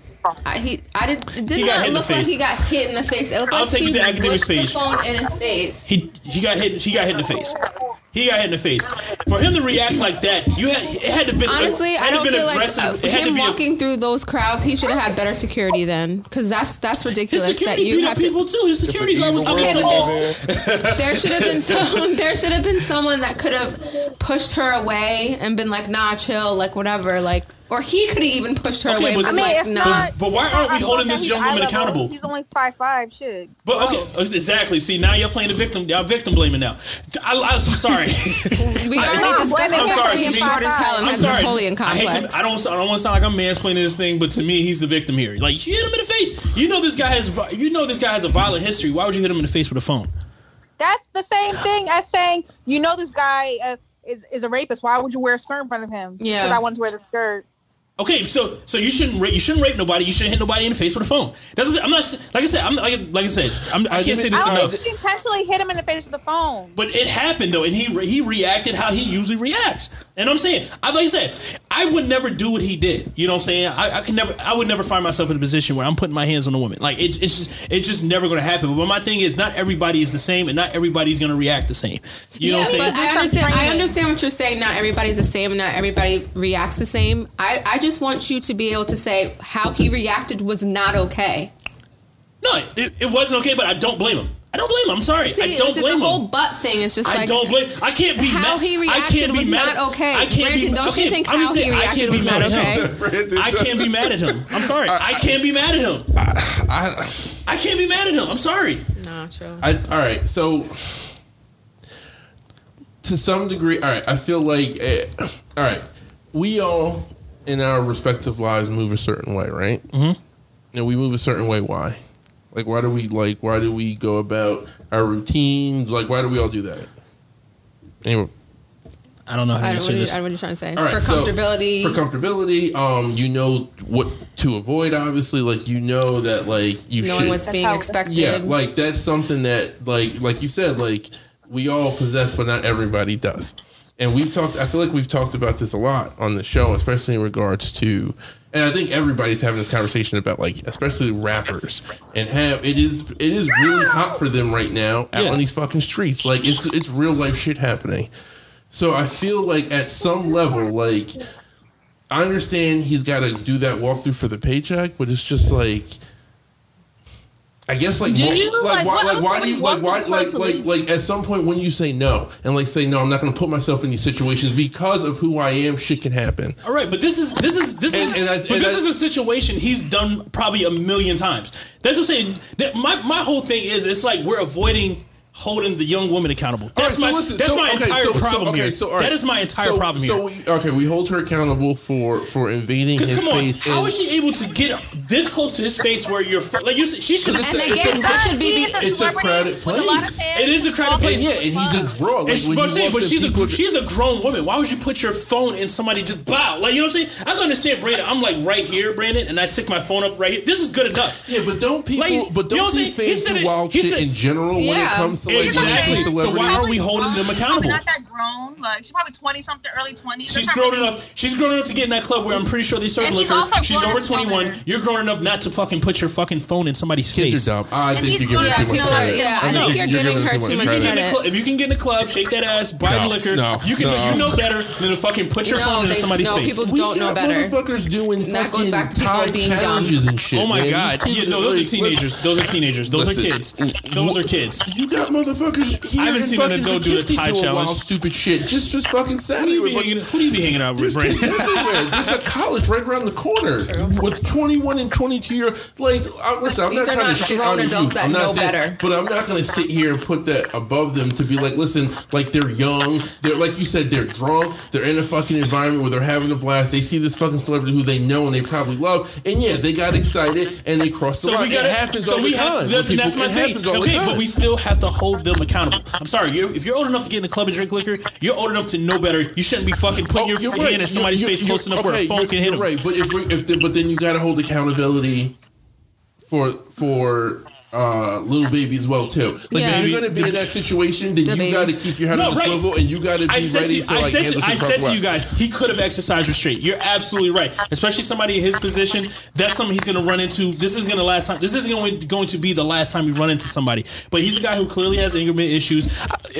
S4: I, he, I did, it
S3: He got hit
S4: did not
S3: in the
S4: look like
S3: face.
S4: he got hit in the face. It looked
S3: I'll
S4: like
S3: take
S4: he
S3: you to academics
S4: whipped the
S3: page.
S4: phone in his face.
S3: He he got hit he got hit in the face. He got hit in the face. For him to react like that, you had it had to been
S4: Honestly,
S3: it
S4: I
S3: had to
S4: don't
S3: been
S4: feel like
S3: aggressive.
S4: uh,
S3: it had to
S4: him
S3: be a-
S4: walking through those crowds. He should have had better security then, because that's that's
S3: his
S4: ridiculous that
S3: security
S4: you
S3: beat up
S4: have to.
S3: people too. His security's always
S2: evil
S3: up
S4: Okay,
S3: to
S4: but
S3: all-
S4: There should have been some. There should have been someone that could have pushed her away and been like, "Nah, chill, like whatever." Like, or he could have even pushed her
S3: Okay,
S4: away.
S3: but-
S4: and
S3: I
S4: been
S3: mean,
S4: like,
S3: it's
S4: nah.
S3: not- but why
S8: it's not
S3: aren't we
S8: like
S3: holding
S8: that
S3: this
S8: he's
S3: young
S8: eye
S3: woman
S8: level.
S3: accountable?
S8: He's only five five. Shit.
S3: But okay, exactly. See, now you're playing the victim. Y'all victim blaming now. I, I, I'm sorry.
S4: We already
S8: not
S4: discussed
S8: blaming
S4: him
S3: him
S4: for
S3: for
S4: being
S3: being
S4: short as hell and
S3: I'm
S4: has
S3: sorry.
S4: Napoleon
S3: I, hate to-
S4: complex.
S3: I don't. I don't want to sound like I'm mansplaining this thing, but to me, he's the victim here. Like you hit him in the face. You know this guy has. vi- You know this guy has a violent history. Why would you hit him in the face with a phone?
S8: That's the same thing as saying, you know, this guy uh, is is a rapist. Why would you wear a skirt in front of him?
S4: Yeah.
S8: Because I wanted to wear the skirt.
S3: Okay, so so you shouldn't rape, you shouldn't rape nobody. You shouldn't hit nobody in the face with a phone. That's what I'm not. s- Like I said, I'm like like I said, I'm, I can't say this
S8: I don't
S3: enough.
S8: think he intentionally hit him in the face with the phone.
S3: But it happened though, and he re- he reacted how he usually reacts. And I'm saying, I like I said, I would never do what he did. You know what I'm saying? I, I can never, I would never find myself in a position where I'm putting my hands on a woman. Like it's it's just it's just never going to happen. But my thing is, not everybody is the same, and not everybody's going to react the same. You know what
S4: yeah,
S3: I'm saying?
S4: but I
S8: Just
S4: understand. I
S8: training.
S4: understand what you're saying. Not everybody's the same, and not everybody reacts the same. I, I just want you to be able to say how he reacted was not okay.
S3: no, it, it wasn't okay, but I don't blame him. I don't blame him. I'm sorry.
S4: See,
S3: I don't
S4: is it
S3: blame
S4: the
S3: him.
S4: whole butt thing? Is just
S3: I
S4: like
S3: don't blame. I can't be
S4: how
S3: mad.
S4: he
S3: I
S4: reacted
S3: can't be
S4: was
S3: mad-
S4: not okay.
S3: I can't
S4: Brandon,
S3: be,
S4: don't you
S3: okay,
S4: think
S3: I'm just
S4: how he
S3: saying, I
S4: reacted
S3: can't be
S4: was
S3: mad
S4: not
S3: at him.
S4: okay?
S2: Brandon,
S3: I can't be mad at him. I'm sorry. I can't be mad at him.
S2: I,
S3: I can't be mad at him. I'm sorry.
S4: Nah, true.
S2: I, all right, so to some degree, all right, I feel like, eh, all right, we all in our respective lives move a certain way, right? Mm-hmm. And we move a certain way. Why? Like, why do we like? Why do we go about our routines? Like, why do we all do that? Anyway,
S3: I don't know how to
S4: I, what,
S3: answer
S4: are you,
S3: this.
S4: I- what are you trying to say?
S2: all right,
S4: for
S2: so-
S4: comfortability,
S2: for comfortability, um, you know what to avoid. Obviously, like you know that, like you
S4: knowing
S2: should.
S4: what's being
S8: how-
S4: expected.
S2: Yeah, like that's something that like like you said, like we all possess, but not everybody does. And we've talked I feel like we've talked about this a lot on the show, especially in regards to and I think everybody's having this conversation about like especially rappers and have it is it is really hot for them right now out
S3: Yeah.
S2: on these fucking streets. Like it's it's real life shit happening. So I feel like at some level, like I understand he's got to do that walkthrough for the paycheck, but it's just like I guess like
S8: Did
S2: wh-
S8: you?
S2: like
S8: Like,
S2: why
S8: what
S2: like
S8: else
S2: why
S8: would
S2: do you
S8: you
S2: like
S8: want
S2: why
S8: them
S2: like
S8: to
S2: like
S8: leave?
S2: like at some point when you say no and like say no I'm not going to put myself in these situations because of who I am shit can happen.
S3: All right, but this is this is this is
S2: And- and I-
S3: but
S2: and
S3: this
S2: I-
S3: is a situation he's done probably a million times. That's what I'm saying. That my my whole thing is it's like we're avoiding holding the young woman accountable. That's
S2: All right,
S3: my
S2: so listen,
S3: that's
S2: so-
S3: my
S2: okay,
S3: entire
S2: so- so-
S3: problem
S2: okay,
S3: here.
S2: so, all right.
S3: That is my entire
S2: So-
S3: problem
S2: so
S3: here.
S2: we, okay, we hold her accountable for for invading his
S3: Because come on,
S2: space.
S3: how
S2: and-
S3: is she able to get this close to his face where you're like you? She should.
S4: And
S2: It's a-
S4: again, that should be.
S8: He
S4: be
S8: is a
S2: It's a
S8: celebrity
S2: crowded
S8: with a lot of
S2: place.
S8: fans.
S3: It is a crowded place.
S2: yeah, and he's a draw. Like,
S3: And she-
S2: when
S3: but I'm
S2: he walks
S3: saying, but
S2: in,
S3: she's a
S2: people-
S3: she's a grown woman. Why would you put your phone in somebody just bow? Like you know what I'm saying? I can understand Brandon. I'm like right here, Brandon, and I stick my phone up right here. This is good enough.
S2: Yeah, but don't people?
S3: Like,
S2: but
S3: you
S2: don't
S3: know what I'm
S2: these
S3: saying? He
S2: fans
S3: said
S2: do
S3: it-
S2: wild
S3: he
S2: shit
S3: said-
S2: in general when it
S4: Yeah.
S2: comes to like
S8: She's not
S3: Exactly.
S2: exactly.
S8: that-
S3: So
S2: celebrities?
S3: why are we
S8: Probably
S3: holding them
S8: grown.
S3: accountable?
S8: Probably not that grown. Like she's probably twenty something, early twenties.
S3: She's grown enough. She's grown enough to get in that club where I'm pretty sure they
S8: And
S3: circle
S8: he's
S3: her.
S8: also
S3: She's
S8: grown
S3: over
S8: as well
S3: 21.
S8: there.
S3: You're grown enough not to fucking put your fucking phone in somebody's
S2: Kids
S3: face.
S2: are dumb. Ah, I think
S8: he's
S2: you're giving
S8: grown.
S2: her too
S8: Yeah,
S2: much
S8: people are-
S2: credit.
S4: yeah, I
S3: think
S4: you're giving her too much
S3: If you, get in the
S4: Credit.
S3: club, if you can get in the club, shake that ass, buy
S2: No,
S3: the liquor,
S2: no,
S3: you can
S2: no.
S3: you know better than to fucking put your
S4: No,
S3: phone in
S4: they-
S3: somebody's
S4: no,
S3: face.
S4: people-
S2: We
S4: don't know
S2: got
S4: better.
S2: Motherfuckers doing
S4: And that goes
S2: fucking
S4: back to people
S2: Thai
S4: being dumb.
S2: challenges and shit.
S3: Oh my
S2: man.
S3: god!
S2: You
S3: Yeah,
S2: kids
S3: no, those
S2: like,
S3: are teenagers. Those are teenagers. Those are
S2: Listen,
S3: kids. Those are kids.
S2: You got motherfuckers here.
S3: I haven't
S2: in
S3: seen an
S2: fucking
S3: adult do a
S2: Poughkeepsie
S3: Thai
S2: doing
S3: challenge.
S2: Wild stupid shit. Just just fucking
S3: Who do
S2: Saturday.
S3: you be
S2: with, like,
S3: hanging, who do you be hanging out with,
S2: There's
S3: Brandon?
S2: kids everywhere. There's a college right around the corner with 21 and 22 year. Like, I, listen, I'm
S4: These
S2: not
S4: are
S2: trying
S4: not
S2: to shit
S4: grown
S2: on the
S4: adults
S2: youth.
S4: that
S2: I'm not
S4: know
S2: saying-
S4: better.
S2: but I'm not going to sit here and put that above them to be like, listen, like they're young. They're like you said, they're drunk. They're in a fucking environment where they're having a blast. They see this fucking celebrity who they know and they probably love, and yeah, they got excited and they crossed the
S3: So
S2: line.
S3: we gotta,
S2: it happens
S3: so
S2: all
S3: we
S2: the
S3: have,
S2: time.
S3: That's,
S2: with
S3: that's
S2: people.
S3: my
S2: It
S3: thing.
S2: happens all the
S3: Okay,
S2: time.
S3: but we still have to hold them accountable. I'm sorry, you're, if you're old enough to get in the club and drink liquor, you're old enough to know better. You shouldn't be fucking putting your
S2: Oh, you're
S3: hand in somebody's
S2: You're-
S3: face
S2: you're-
S3: close enough where a
S2: okay,
S3: phone
S2: you're-
S3: can hit
S2: you're
S3: them.
S2: Right, but if, we- if the, but then you got to hold accountability for for uh, little baby as well too. Like
S4: Yeah.
S2: if you're going to be in that situation, then
S4: The
S2: you
S4: baby.
S2: got to keep your head
S3: No,
S2: on the
S3: right.
S2: swivel and you got to be
S3: I said to
S2: ready
S3: you,
S2: to
S3: I
S2: like
S3: said
S2: handle
S3: to,
S2: some
S3: I said
S2: proper
S3: to you guys, he could have exercised restraint. You're absolutely right, especially somebody in his position. That's something he's going to run into. This is going to last time. This isn't going going to be the last time you run into somebody. But he's a guy who clearly has anger issues.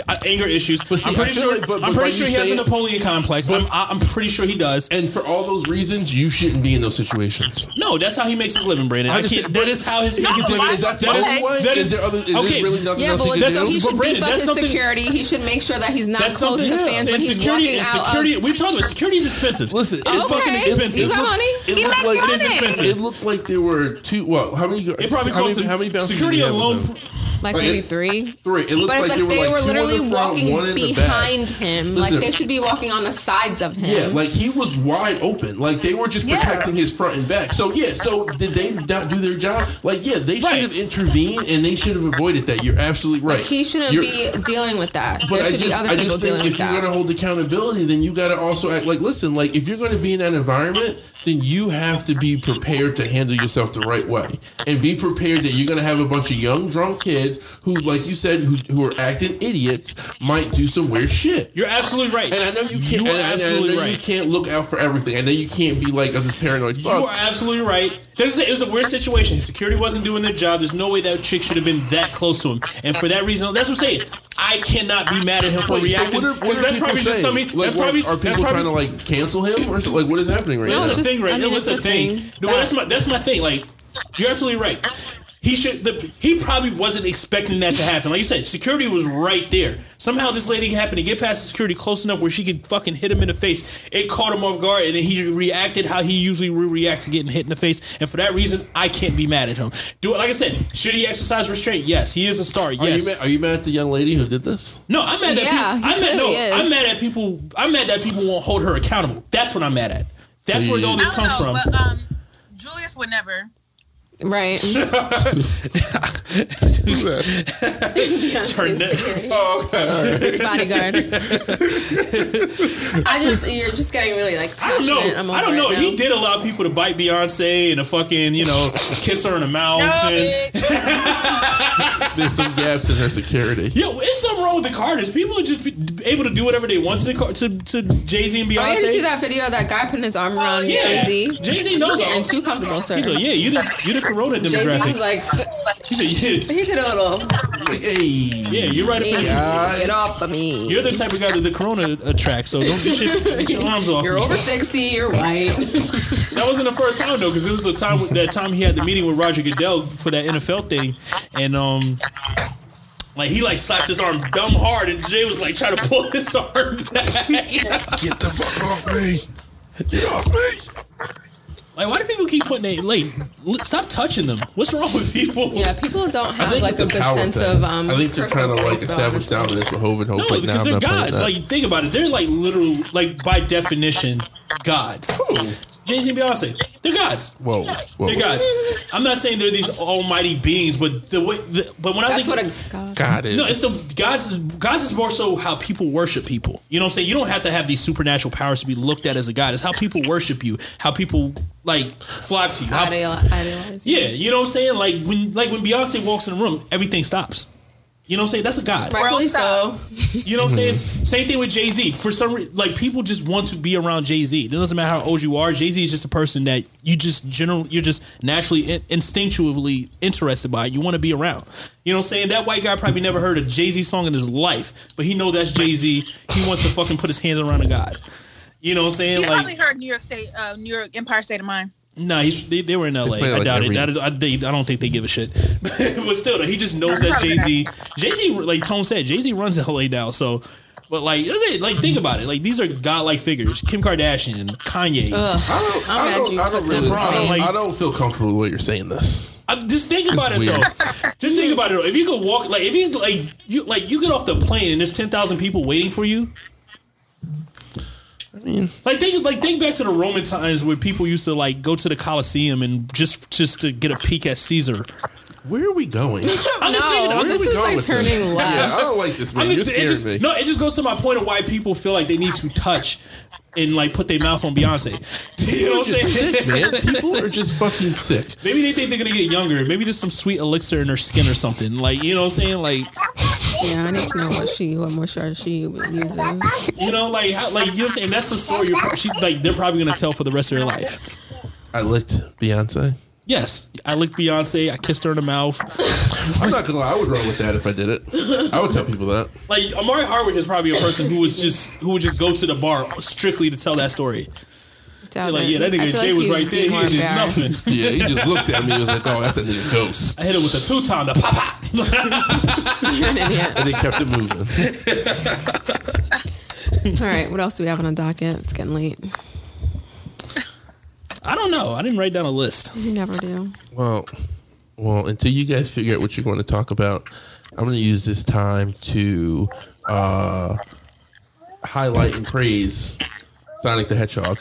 S3: Uh, anger issues.
S2: see,
S3: I'm
S2: I
S3: pretty
S2: feel
S3: sure.
S2: like- but- but
S3: I'm
S2: by
S3: pretty
S2: you
S3: sure he has a
S2: saying-
S3: Napoleon complex. I'm, I- I'm pretty sure he does.
S2: And for all those reasons, you shouldn't be in those situations.
S3: No, that's how he makes his living, Brandon. I
S2: Understand,
S3: can't.
S2: but-
S3: That is how his
S2: Like,
S3: his living.
S2: is that the
S3: that
S2: only way?
S3: that
S2: Is there other? Is
S3: okay.
S2: there really nothing
S4: Yeah,
S2: else
S4: but
S2: he
S4: what-
S2: can
S4: so
S2: do?
S4: he should
S3: Brandon,
S4: beef up
S3: that's
S4: his
S3: something-
S4: security. He should make sure that he's not
S3: That's
S4: close
S3: something.
S4: to fans when he's
S3: insecurity.
S4: walking out
S3: Insecurity.
S4: of. Oh,
S3: We've talked about security is expensive.
S2: Listen,
S3: it's
S4: Okay.
S3: fucking
S4: You
S3: expensive.
S4: got money?
S2: It
S8: He
S2: looked
S8: left
S2: like
S3: It is expensive.
S2: It looked like there were two. Well, how many?
S3: It probably
S2: how
S3: costs
S2: many, how many bounces did
S3: security
S2: he have with them?
S3: alone.
S4: Like
S2: Like,
S4: maybe
S2: it-
S4: three.
S2: Three. It looked
S4: But
S2: like,
S4: it's
S2: there
S4: like
S2: were
S4: they
S2: like
S4: were
S2: two in the
S4: literally
S2: front,
S4: walking
S2: one in the back.
S4: behind him.
S2: Listen.
S4: Like they should be walking on the sides of him.
S2: Yeah, like he was wide open. Like they were just
S8: Yeah.
S2: protecting his front and back. So yeah, so did they not do their job? Like yeah, they should
S3: Right.
S2: have intervened and they should have avoided that. You're absolutely right.
S4: Like, he shouldn't
S2: You're-
S4: be dealing with that.
S2: but
S4: There
S2: I
S4: should be
S2: just-
S4: other
S2: I
S4: people
S2: just think
S4: dealing with
S2: if you're
S4: that.
S2: gonna hold accountability, then you gotta also act like listen, like if you're gonna be in that environment, then you have to be prepared to handle yourself the right way. And be prepared that you're gonna have a bunch of young drunk kids who, like you said, who, who are acting idiots might do some weird shit.
S3: You're absolutely right.
S2: And I know you can't.
S3: You
S2: and,
S3: are
S2: I- and I
S3: absolutely
S2: know you
S3: right.
S2: can't look out for everything. I know you can't be like a paranoid
S3: You
S2: fuck.
S3: are absolutely right. There's a, it was a weird situation. Security wasn't doing their job. There's no way that chick should have been that close to him. And for that reason, that's what I'm saying. I cannot be mad at him for
S2: Wait, so
S3: reacting
S2: what are- what
S3: because
S2: are
S3: that's
S2: people
S3: probably just
S2: saying?
S3: something.
S2: Like,
S3: that's
S2: what-
S3: probably
S2: are
S3: that's
S2: people
S3: probably-
S2: trying to like cancel him or so- like what is happening right
S4: No,
S2: now?
S3: That's
S4: it's
S3: the
S4: just-
S3: thing, right?
S4: I mean,
S3: no,
S4: it's
S3: that's the
S4: a
S3: thing.
S4: thing.
S3: No,
S4: That-
S3: that's my that's my thing. Like, you're absolutely right. He should. The, he probably wasn't expecting that to happen. Like you said, security was right there. Somehow this lady happened to get past the security close enough where she could fucking hit him in the face. It caught him off guard, and then he reacted how he usually would react to getting hit in the face. And for that reason, I can't be mad at him. Do it. Like I said, should he exercise restraint? Yes, he is a star.
S2: are
S3: Yes.
S2: you mad, are you mad at the young lady who did this?
S3: no, I'm mad at
S4: Yeah,
S3: people. I'm
S4: he
S3: mad, no,
S4: clearly is.
S3: I'm mad at people. I'm mad that people won't hold her accountable. That's what I'm mad at. That's where all this
S8: I
S3: comes
S8: don't know,
S3: from.
S8: but um, Julius would never.
S4: Right.
S3: Turn it-
S2: Oh,
S4: bodyguard. I just you're just getting really like
S3: I don't
S4: passionate. I'm
S3: know.
S4: over
S3: I don't
S4: it
S3: know.
S4: now.
S3: He did allow people to bite Beyonce and a fucking, you know, kiss her in the mouth. and,
S2: There's some gaps in her security.
S3: yo, it's something wrong with the Carters. People are just be- able to do whatever they want to the car- to, to Jay Z and Beyonce.
S4: Oh, you didn't see that video of that guy putting his
S3: Oh,
S4: arm around Jay Z?
S3: Jay Z knows
S4: Getting
S3: that.
S4: too comfortable, sir.
S3: He's like, yeah, you the you the Corona
S4: Jay Z
S3: demographic.
S4: was like,
S3: He's like, yeah.
S4: he did a little
S2: Hey.
S3: Yeah, you're right.
S4: Hey,
S3: Yeah.
S2: God.
S4: get off of me.
S3: You're the type of guy that the corona attracts, so don't get your, get your arms off.
S4: You're
S3: me.
S4: over 60, you're white.
S3: That wasn't the first time though, because it was the time with- that time he had the meeting with Roger Goodell for that NFL thing, and um, like he like slapped his arm dumb hard, and Jay was like trying to pull his arm back. like
S2: Get the fuck off me. Get off me.
S3: why do people keep putting they like li- stop touching them? What's wrong with people?
S4: yeah, people don't have like a
S2: It's
S4: good
S2: power
S4: sense
S2: thing.
S4: of um.
S2: I think they're trying to
S4: personal
S2: like
S4: space, though,
S2: establish
S4: honestly.
S2: dominance with Hovind. Hope's
S3: No,
S2: like, nah,
S3: because
S2: I'm
S3: they're
S2: not playing
S3: gods.
S2: that.
S3: Like think about it, they're like literal, like by definition, gods. Jay Z and Beyonce, they're gods.
S2: whoa, whoa.
S3: They're gods. I'm not saying they're these almighty beings, but the way, the, but when I
S4: That's
S3: think
S4: what a god.
S2: God is.
S3: No, it's the God's. God's is more so how people worship people. You know what I'm saying? You don't have to have these supernatural powers to be looked at as a god. It's how people worship you, how people like flock to you. How-
S4: Ideal, idealize.
S3: yeah, you know what I'm saying? Like when, like when Beyonce walks in the room, everything stops. You know what I'm saying? That's a god.
S4: Rightfully
S1: World
S4: so.
S1: style.
S3: You know what I'm saying? It's- same thing with Jay Z. For some reason, like people just want to be around Jay Z. It doesn't matter how old you are. Jay Z is just a person that you just general, you're just naturally in, instinctually interested by. You want to be around. You know what I'm saying? That white guy probably never heard a Jay Z song in his life, but he know that's Jay Z. He wants to fucking put his hands around a god. You know what I'm saying?
S8: You probably
S3: Like,
S8: heard New York State, uh, New York Empire State of Mind.
S3: nah, he's, they, they were in L.A.
S2: play it
S3: I
S2: like
S3: doubt
S2: every-
S3: it. I, I, they- I don't think they give a shit. but still, though, he just knows that's Jay Z. Jay Z, like Tone said, Jay Z runs L.A. now. So, but like, that's it. like think about it. Like these are godlike figures: Kim Kardashian, Kanye.
S2: I don't,
S4: I'm
S2: I
S4: glad
S2: don't,
S4: you
S2: I don't
S4: put them
S2: really,
S4: in the same-
S2: I don't feel comfortable the way you're saying this.
S3: I'm, just think about
S2: It's
S3: it
S2: weird.
S3: though. Just think about it. Though. If you could walk, like if you like you like you get off the plane and there's ten thousand people waiting for you.
S2: I mean,
S3: Like think like think back to the Roman times where people used to like go to the Colosseum and just just to get a peek at Caesar.
S2: where are we going?
S3: I'm just thinking-
S4: no,
S3: where
S4: this
S2: we
S4: is
S2: going
S4: like
S2: with this?
S4: turning left.
S2: Yeah, I don't like this
S3: I
S2: man.
S3: mean,
S2: you're
S3: it
S2: scaring
S3: just,
S2: me.
S3: No, it just goes to my point of why people feel like they need to touch and like put their mouth on Beyonce. You know what I'm
S2: You're
S3: saying?
S2: sick, man. People are just fucking sick.
S3: Maybe they think they're gonna get younger. Maybe there's some sweet elixir in her skin or something. Like you know what I'm saying? Like
S4: Yeah, I need to know what she, what moisturizer she uses.
S3: you know, like how, like you know what I'm saying? That's the story. You're, pro- she, like they're probably gonna tell for the rest of their life.
S2: I licked Beyonce.
S3: Yes, I licked Beyonce. I kissed her in the mouth.
S2: I'm not gonna lie. I would run with that if I did it. I would tell people that.
S3: Like Amari Hardwick is probably a person who would just who would just go to the bar strictly to tell that story.
S4: Doubt
S3: They're like,
S4: it.
S3: yeah, that
S4: I
S3: nigga
S4: feel
S3: Jay
S4: like
S3: was
S4: he would
S3: right
S4: be
S3: there.
S4: more
S3: He did
S4: embarrassed.
S3: nothing.
S2: Yeah, he just looked at me and was like, "Oh, that's a nigga ghost,"
S3: I hit it with a two time. The pop pop.
S4: You're an idiot.
S2: and they kept it moving.
S4: All right, what else do we have on the docket? It's getting late.
S3: I don't know. I didn't write down a list.
S4: You never do.
S2: Well, well, until you guys figure out what you're going to talk about, I'm going to use this time to uh, highlight and praise Sonic the Hedgehog.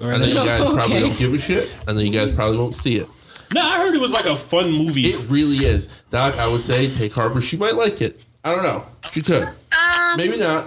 S2: I know you guys probably
S4: Okay.
S2: don't give a shit. I know you guys probably won't see it.
S3: No, I heard it was like a fun movie.
S2: It really is, Doc. I would say take Harper. She might like it. I don't know. She could.
S8: Um,
S2: Maybe not.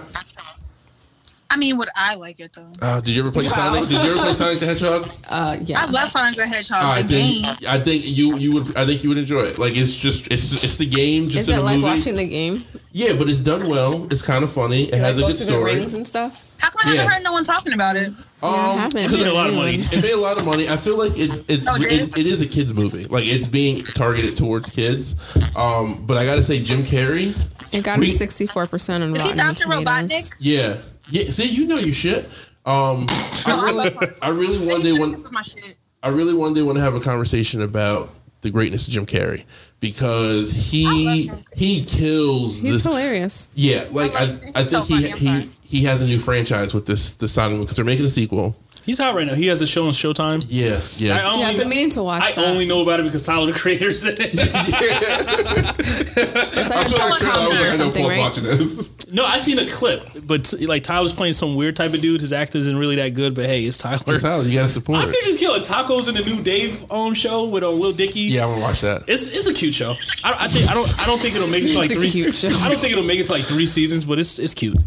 S8: I mean, would I like it though?
S2: Uh, did you ever play Sonic? Did you ever play Sonic the Hedgehog?
S4: Uh, yeah.
S8: I love Sonic the Hedgehog.
S2: I
S8: the game.
S2: think I think you you would I think you would enjoy it. Like it's just it's it's the game just
S4: Is
S2: in
S4: it
S2: a
S4: like
S2: movie.
S4: watching the game?
S2: yeah, but it's done well. It's kind of funny. It
S4: Like
S2: has a
S4: goes
S2: good
S4: through the
S2: story.
S4: rings and stuff.
S8: How come I
S2: Yeah.
S8: haven't heard no one talking about it?
S4: yeah, I
S2: Um,
S4: haven't.
S3: made a lot of money.
S2: it made a lot of money. I feel like it, it's
S8: Oh, did
S2: it, it is a kids movie. Like it's being targeted towards kids. Um, but I gotta say, Jim Carrey.
S4: It got
S2: We-
S4: a sixty-four percent on
S8: Is he
S4: Rotten
S8: Dr.
S4: Tomatoes.
S8: Robotnik?
S2: Yeah, yeah. See, you know your shit. Um, I really, I really one day want
S8: This is my shit.
S2: I really one day want to have a conversation about the greatness of Jim Carrey because he he kills.
S4: He's
S2: this-
S4: hilarious.
S2: Yeah, like I, I
S8: He's so
S2: think he
S8: funny, I'm
S2: he
S8: sorry.
S2: he has a new franchise with this the Sonic movie because they're making a sequel.
S3: He's hot right now. He has a show on Showtime.
S2: Yeah,
S3: I
S2: yeah.
S3: only,
S4: Yeah, I've been meaning to watch
S3: I
S4: that.
S3: only know about it because Tyler the Creator's in it.
S4: it's like a dark
S8: like
S4: comedy or something, right?
S2: watching this.
S3: no, I seen a clip, but like Tyler's playing some weird type of dude. His act isn't really that good, but hey, it's Tyler.
S2: Tyler, you gotta support.
S3: I
S2: it.
S3: could just kill a tacos in the new Dave um show with a Lil Dicky.
S2: Yeah, I'm gonna watch that.
S3: It's, it's a cute show. I, I think I don't I don't think it'll make it to like
S4: It's a
S3: three.
S4: cute
S3: se-
S4: show.
S3: I don't think it'll make it to like three seasons, but it's it's cute.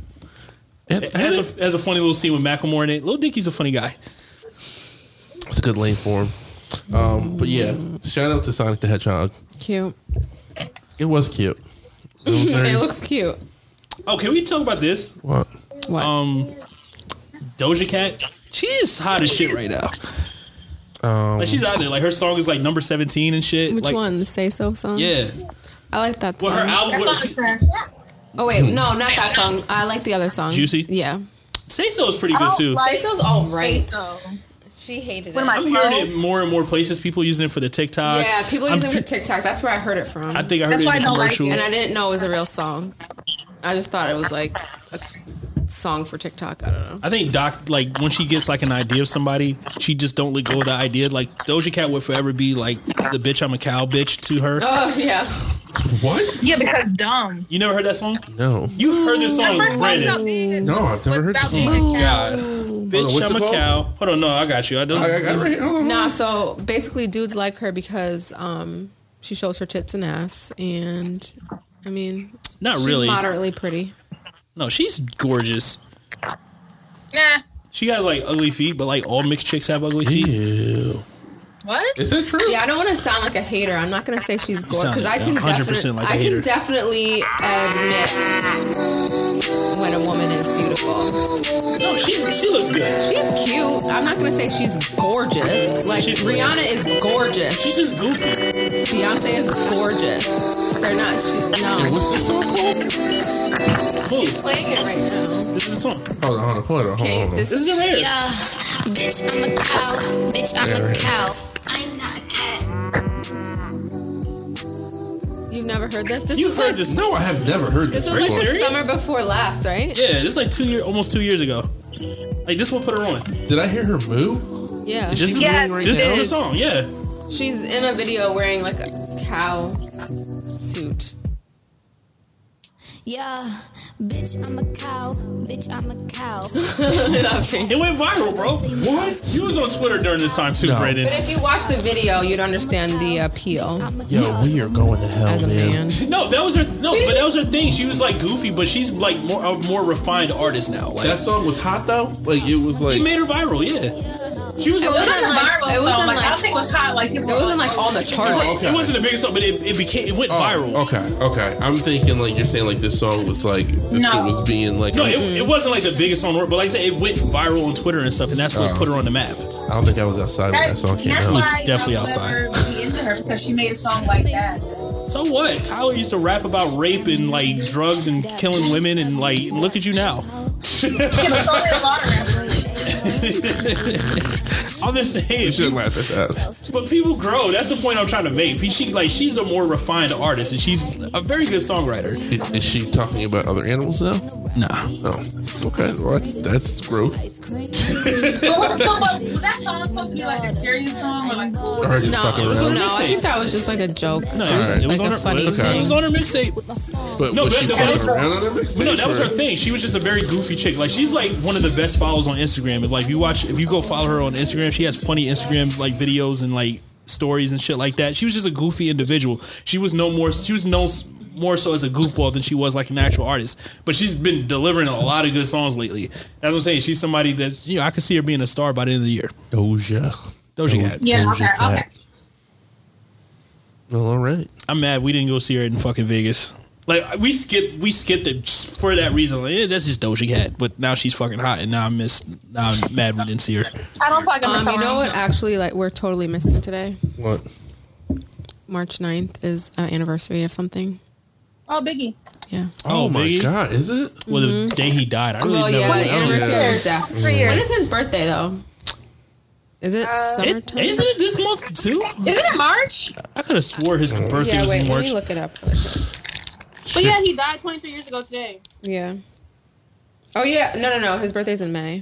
S3: It has a, has a funny little scene with Macklemore in it. Lil Dicky's a funny guy.
S2: It's a good lane for him. Um, but yeah, shout out to Sonic the Hedgehog.
S4: Cute.
S2: It was cute. It was very,
S4: It looks cute.
S3: Oh, can we talk about this?
S2: what?
S4: What?
S3: Um, Doja Cat, she's hot as shit right now.
S2: Um,
S3: Like she's out there. Like her song is like number seventeen and shit.
S4: Which
S3: like,
S4: one? The Say So song?
S3: Yeah,
S4: I like that song.
S3: Well, her album.
S8: That's
S3: What,
S8: not
S3: she,
S8: trash.
S4: oh wait, no, not that song. I like the other song.
S3: Juicy?
S4: Yeah.
S3: Say So is pretty good too.
S4: Say so's all
S8: Say
S4: right.
S8: so.
S4: She hated
S8: What
S4: it.
S8: am I?
S3: I'm hearing
S8: 12?
S3: it more and more places. People using it for the TikToks.
S4: yeah, people
S3: I'm
S4: use it for
S3: pre-
S4: TikTok. That's where I heard it from.
S3: I think I heard
S8: That's
S3: it
S8: why
S3: in a
S8: I don't like
S3: commercial.
S4: and I didn't know it was a real song. I just thought it was like a song for TikTok. I don't know.
S3: I think Doc, like when she gets like an idea of somebody, she just don't let go of the idea. Like Doja Cat would forever be like the bitch I'm a cow bitch to her.
S4: Oh yeah.
S2: What?
S8: Yeah, because dumb.
S3: You never heard that song?
S2: No.
S3: You heard this song,
S8: First song's not
S3: Brandon?
S8: big.
S2: No, I've never heard
S8: Without
S2: this song.
S8: being a
S3: God,
S8: cow.
S2: what's
S3: bitch
S2: it
S3: I'm a
S2: called?
S3: cow. Hold on, no, I got you. I don't.
S2: I, I got it right here. Hold on.
S4: Nah, so basically, dudes like her because um, she shows her tits and ass, and I mean,
S3: not
S4: she's
S3: really.
S4: moderately pretty.
S3: No, she's gorgeous.
S8: Nah.
S3: She has like ugly feet, but like all mixed chicks have ugly feet.
S2: Ew.
S8: What?
S2: Is that true?
S4: Yeah, I don't want to sound like a hater. I'm not gonna say she's gorgeous
S3: sound
S4: because I can
S3: 100%
S4: definitely,
S3: like a
S4: I
S3: hater.
S4: can definitely admit when a woman is beautiful.
S3: No, she she looks good.
S4: She's cute. I'm not gonna say she's gorgeous. Like
S3: She's
S4: Rihanna is gorgeous.
S3: She's just goofy.
S4: Beyonce is gorgeous. They're not. She, no.
S2: What's this song called?
S3: Move.
S4: Playing it right
S3: This is the song.
S2: Hold on, hold on, hold on,
S4: now.
S2: hold on.
S4: Okay,
S2: Hold on.
S4: this
S3: This is it right here.
S9: Yeah, bitch, I'm a cow. Bitch, I'm
S2: Yeah,
S9: a
S2: right.
S9: cow. I'm not a cat.
S4: you've never heard this. This
S3: You
S4: was
S3: heard
S4: like,
S3: this?
S2: No, I have never heard this.
S4: This was like
S2: before.
S4: the
S3: serious?
S4: summer before last, right?
S3: Yeah, this is like two year, almost two years ago. Like this one put her on.
S2: Did I hear her moo?
S4: Yeah.
S3: This is
S2: Yes,
S3: this is the
S2: it
S3: song. Yeah.
S4: She's in a video wearing like a cow suit.
S9: Yeah, bitch, I'm a cow. Bitch, I'm a cow.
S3: It went viral, bro.
S2: What?
S3: You was on Twitter during this time too,
S2: No.
S4: But
S3: Brandon.
S4: if you watch the video, you'd understand the appeal
S9: I'm a
S2: Yo,
S9: cow.
S2: we are going to hell,
S4: as a man.
S2: man.
S3: No, that was her. No, but that was her thing. She was like goofy, but she's like more a more refined artist now. Like
S2: That song was hot though. Like it was like
S3: it made her viral. Yeah. She was.
S4: It
S3: on-
S4: wasn't
S8: It wasn't
S4: like
S8: viral,
S4: it
S8: so,
S4: wasn't
S8: like, I don't
S4: like
S8: think it was hot. Like
S4: it wasn't like all the
S3: It
S4: charts.
S2: Okay.
S3: wasn't the biggest song, but it, it became it went
S2: Oh,
S3: viral.
S2: Okay, okay. I'm thinking like you're saying like this song was like this
S8: No.
S2: shit was being like
S3: No, it, it wasn't like the biggest song, in the world, but like I said, it went viral on Twitter and stuff, and that's what
S2: Oh.
S3: put her on the map.
S2: I don't think I was outside when that song came
S8: that's
S2: out.
S3: was
S8: why
S3: definitely
S8: I'll
S3: outside.
S8: Never be into her because she made a song like that.
S3: So what? Tyler used to rap about rape and like drugs and killing women, and like look at you now.
S8: Yeah, but so did Lauren.
S3: I'm just saying.
S2: You shouldn't laugh at that.
S3: But people grow. That's the point I'm trying to make. She like she's a more refined artist, and she's a very good songwriter.
S2: Is, is she talking about other animals now?
S3: Nah,
S2: No. Okay. Well, that's that's growth.
S8: But what- so what- was that song supposed to be like a serious song or like?
S2: Or her just fucking
S4: No,
S2: around.
S4: no, I think that was just like a joke.
S3: no, it was, it was
S4: Like
S3: on
S4: a
S3: her.
S4: funny
S3: It was
S2: thing.
S3: on her mixtape.
S2: But
S3: No,
S2: was
S3: that-
S2: she
S3: that
S2: fucking
S3: was-
S2: around on her
S3: But
S2: mixtape?
S3: no, that was her
S2: or-
S3: thing. She was just a very goofy chick. Like she's like one of the best followers on Instagram. If like you watch, if you go follow her on Instagram, she has funny Instagram like videos and like stories and shit like that. She was just a goofy individual. She was no more. She was no s- more so as a goofball than she was like an actual artist. But she's been delivering a lot of good songs lately. That's what I'm saying. She's somebody that you know I could see her being a star by the end of the year.
S2: Doja.
S3: Doja Cat.
S8: Yeah,
S2: Doja
S8: okay, okay.
S2: Cat. Well, all right.
S3: I'm mad we didn't go see her in fucking Vegas. Like we skipped, we skipped it just for that reason. Like, yeah, that's just Doja Cat, but now she's fucking hot, and now I miss. Now I'm mad we didn't see her.
S8: I don't fucking
S4: Um,
S8: remember.
S4: you know what? Actually, like we're totally missing today.
S2: What?
S4: March 9th is an anniversary of something.
S8: Oh, Biggie.
S4: Yeah.
S2: Oh, my
S3: Biggie?
S2: god, is it?
S3: Well, the day he died, I really
S4: Well, yeah,
S3: never.
S4: the anniversary
S2: yeah.
S4: of his death.
S8: Three
S4: When
S8: years.
S4: is his birthday though? Is Uh, it
S3: It,
S4: summertime?
S3: isn't it this month too?
S8: Isn't it March?
S3: I could have swore his birthday
S4: yeah,
S3: was
S4: wait,
S3: in
S4: let
S3: March.
S4: me look it up. really quick.
S8: But yeah, he died 23 years ago today.
S4: Yeah. Oh yeah, no, no, no. His birthday's in May.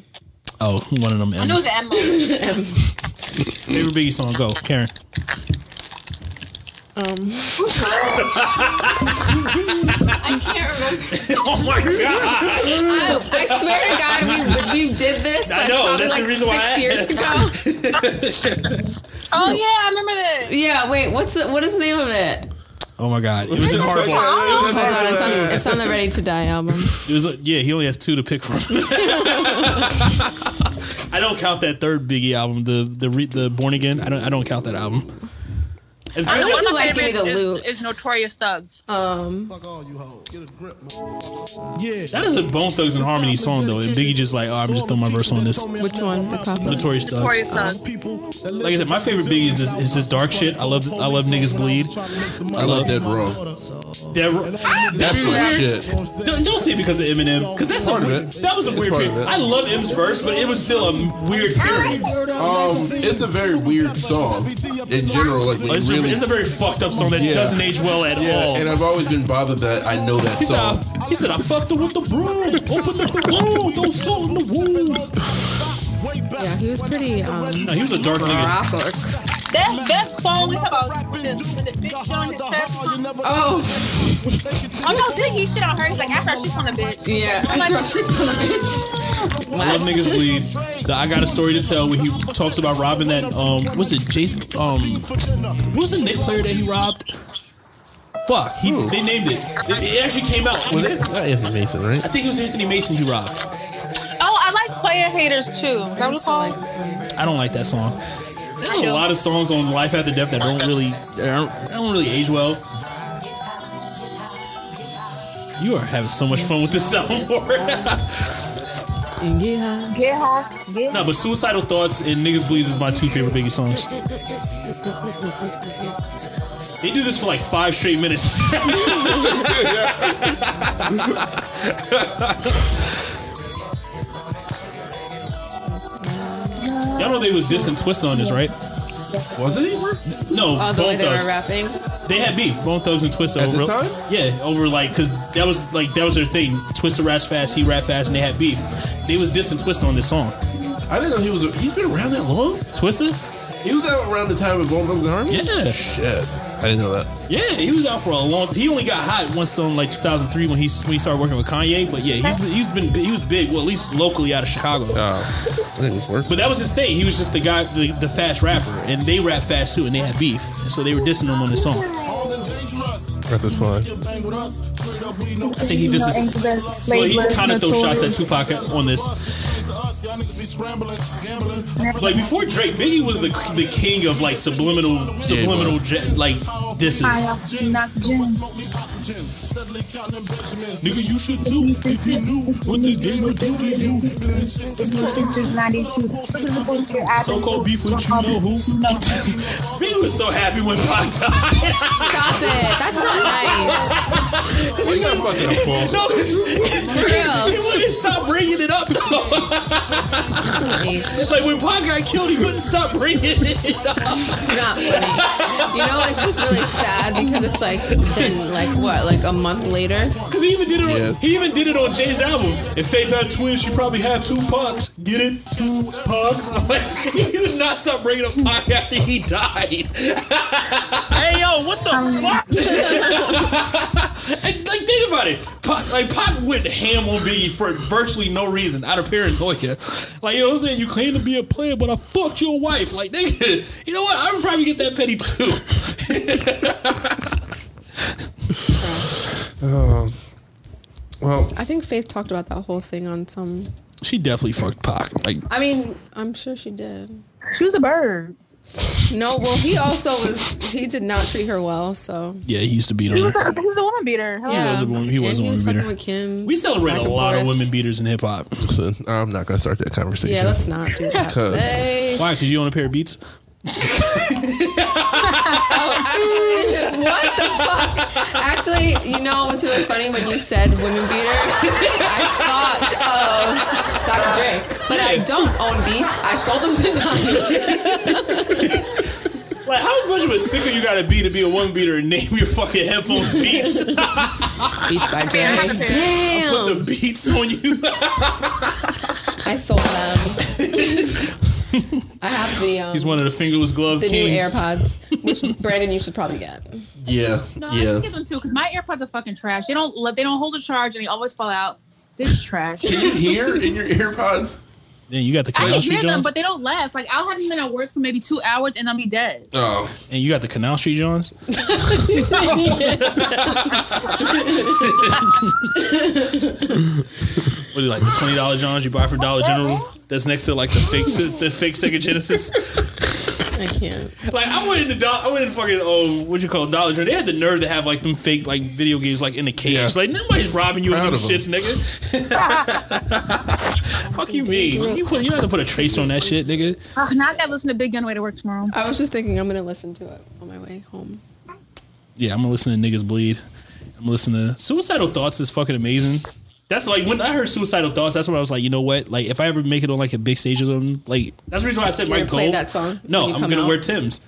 S3: Oh, one of them.
S8: I know
S3: M's.
S8: it's an M.
S3: Favorite Biggie song? Go, Karen.
S4: Um, I can't remember.
S3: oh my god!
S4: I, I swear to God, we we did this
S3: I
S4: like,
S3: know,
S4: probably
S3: that's the
S4: like
S3: reason why
S4: six
S3: I
S4: years ago.
S8: Oh yeah, I remember that.
S4: yeah, wait. What's the, what is the name of it?
S3: Oh my god! It was in Hardball.
S4: Hold on, it's on, it's on the Ready to Die album.
S3: It was like, yeah, he only has two to pick from. I don't count that third Biggie album, the the re, the Born Again. I don't I don't count that album. It's
S4: I really
S3: basically-
S8: One
S4: do
S8: of my
S4: like Give Me the
S8: favorites is-
S4: Loot.
S8: Is Notorious Thugs.
S4: Um,
S2: Fuck all you hoes. Get a grip, man. Yeah.
S3: that is a Bone Thugs and Harmony song though, and Biggie just like, oh, I'm just throwing my verse on this.
S4: Which one? The cop one?
S3: Notorious Thugs.
S8: Notorious Thugs.
S3: Like I said, my favorite Biggie is this, is this dark shit. I love I love niggas bleed.
S2: I love Dead Row.
S3: Dead Ro-
S2: That's some shit.
S3: Don't, don't say it because of Eminem, because that's
S2: Part
S3: a
S2: of
S3: weird,
S2: it.
S3: that was a
S2: It's
S3: weird
S2: part of
S3: period.
S2: it.
S3: I love M's verse, but it was still a weird period.
S2: Um, it's a very weird song in general. Like when
S3: It's,
S2: you really,
S3: a, it's a very fucked up song that
S2: Yeah.
S3: doesn't age well at
S2: yeah.
S3: all.
S2: And I've always been bothered that I know that
S3: he, said,
S2: song.
S3: I, he said, I fucked her with the broom, opened up the room, no salt in the wound.
S4: yeah, he was pretty um,
S3: No, he was a dark nigga.
S4: graphic.
S8: That that song we talk about with the, with the bitch showing his chest.
S4: Oh,
S8: Oh no, did he shit on her? He's like, I thought she's on a bitch.
S4: yeah. I throw shit on the bitch.
S3: I love niggas
S4: What?
S3: bleed. The I got a story to tell when he talks about robbing that um what's it Jason um what was the Nick player that he robbed? Fuck, he,
S2: Who?
S3: they named it. it. It actually came out.
S2: Was it not Anthony Mason, right?
S3: I think it was Anthony Mason he robbed.
S8: Oh, I like player haters too. Is that what it's called?
S3: I don't like that song. There's a lot of songs on Life After Death that don't really that don't, that don't really age well. You are having so much fun with this soundboard.
S4: Yeah.
S10: Get high. Get
S3: no, but Suicidal Thoughts and Niggas Bleed is my two favorite Biggie songs. They do this for like five straight minutes. Y'all know they was dissing Twist on this, right?
S2: Was it?
S3: No,
S4: Oh, the way
S3: Bone
S4: they were
S3: Thugs.
S4: rapping.
S3: They had beef, Bone Thugs and Twista.
S2: At
S3: over,
S2: this time?
S3: Yeah, over like because that was like that was their thing. Twista raps fast, he rap fast, and they had beef. They was dissing Twista on this song.
S2: I didn't know he was. A, he's been around that long.
S3: Twista?
S2: He was out around the time of Bone Thugs and Harmony.
S3: Yeah,
S2: Shit, I didn't know that.
S3: yeah. He was out for a long. He only got hot once on like 2003 when he when he started working with Kanye. But yeah, he's been, he's been he was big. Well, at least locally out of Chicago.
S2: Oh, I think it was worth.
S3: But
S2: it.
S3: that was his thing. He was just the guy, the, the fast rapper, and they rap fast too, and they had beef, and so they were dissing him on this
S2: at
S3: song.
S2: this point,
S3: I think he disses. Well, he kind of throws shots at Tupac on this. Like before Drake, Biggie was the the king of like subliminal subliminal
S2: was.
S3: jet, like disses. Nigga, you should too if you knew what this game would do to you. So called beef with you know who. Biggie was so happy when Pac died.
S4: Stop it. That's not nice.
S2: well, you got fucking up, Paul.
S3: no, 'cause
S4: For
S3: he
S4: real.
S3: wouldn't stop bringing it up.
S4: That's funny.
S3: like when Pac got killed, he wouldn't stop bringing it up.
S4: It's not funny. You know, it's just really sad because it's like then like what, like a month later?
S3: Cause he even did it.
S2: Yeah.
S3: On, he even did it on Jay's album. If Faith had twins, she probably have two pucks. Get it, two pucks. I'm like, he did not stop bringing up Pac after he died. hey yo, what the fuck? and, like think about it. Pac, like Pac went ham on Biggie for virtually no reason, out of paranoia. Like you know what I'm saying? You claim to be a player, but I fucked your wife. Like nigga, you know what? I would probably get that petty too.
S2: Well,
S4: I think Faith talked about that whole thing on some
S3: she definitely fucked Pac. Like
S4: I mean, I'm sure she did.
S8: She was a bird.
S4: No, well he also was he did not treat her well, so
S3: yeah, he used to beat on
S8: He
S3: her.
S8: was a, he was a woman beater. Hell
S4: yeah.
S3: was a woman- he was
S4: and
S3: a
S4: he was
S3: woman beater.
S4: fucking with Kim.
S3: We celebrate
S4: back
S3: a
S4: and
S3: lot of
S4: forth.
S3: women beaters in hip hop.
S2: listen, I'm not gonna start that conversation.
S4: Yeah, let's not do that
S2: 'Cause-
S4: today.
S3: Why? Because you own a pair of beats?
S4: Oh, actually, what the fuck? Actually, you know what's really funny when you said women beater? I thought of Dr. Dre, but I don't own beats. I sold them to Donnie.
S3: Like, how much of a sicker you gotta be to be a one beater and name your fucking headphones beats? Put
S4: Beats by Dre.
S8: I have a pair.
S3: the
S4: Damn,
S3: beats on you.
S4: I sold them. I have the um,
S3: He's one of the fingerless glove
S4: the new
S3: kings.
S4: AirPods, which Brandon, you should probably get.
S2: Yeah,
S8: No, I
S2: yeah.
S8: should get them too because my AirPods are fucking trash. They don't let- they don't hold a charge and they always fall out. This is trash.
S2: Can you hear in your earpods?
S3: Then you got the
S8: I
S3: Canal
S8: can
S3: Street
S8: hear them,
S3: Johns,
S8: but they don't last. Like I'll have them in at work for maybe two hours and I'll be dead.
S2: Oh,
S3: and you got the Canal Street Johns. What are they, like the twenty dollar Johns you buy from Dollar General? That's next to like the fake the fake Sega Genesis.
S4: I can't.
S3: Like I went into Do- I went in fucking oh what you call it, Dollar Tree. They had the nerve to have like them fake like video games like in the cage.
S2: Yeah.
S3: Like nobody's robbing you of
S2: Proud
S3: them
S2: of 'em.
S3: shits, nigga. Fuck you, mean? You put you have to put a trace on that shit, nigga.
S8: Ugh, now I gotta listen to Big Gun Way to work tomorrow.
S4: I was just thinking I'm gonna listen to it on my way home.
S3: Yeah, I'm gonna listen to niggas bleed. I'm listening to suicidal thoughts is fucking amazing. That's like when I heard suicidal thoughts. That's when I was like, you know what? Like if I ever make it on like a big stage or something, like that's the reason why I said
S4: You're
S3: my
S4: gonna play
S3: goal.
S4: that song
S3: No,
S4: when you
S3: I'm
S4: come
S3: gonna
S4: out? Oh.
S3: wear Tim's.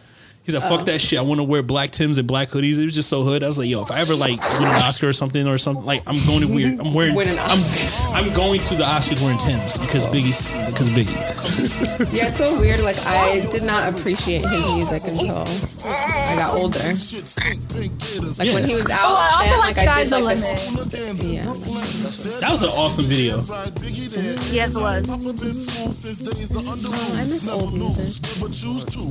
S3: He's like, fuck that shit. I want to wear black Tim's and black hoodies. It was just so hood. I was like, yo, if I ever like win an Oscar or something or something, like I'm going to weird. I'm wearing.
S4: Win an
S3: I'm,
S4: Oscar.
S3: I'm going to the Oscars wearing Tim's because Biggie's because Biggie.
S4: Yeah, it's so weird. Like I did not appreciate his music until I got older. Like
S3: Yeah.
S4: when he was out,
S8: Oh, I also
S4: then,
S8: like
S4: like I
S8: Sky's
S4: did
S8: the
S4: like
S8: Limit.
S4: this. Yeah,
S3: That was an awesome video.
S8: Yes, it was.
S4: Oh, I miss old music.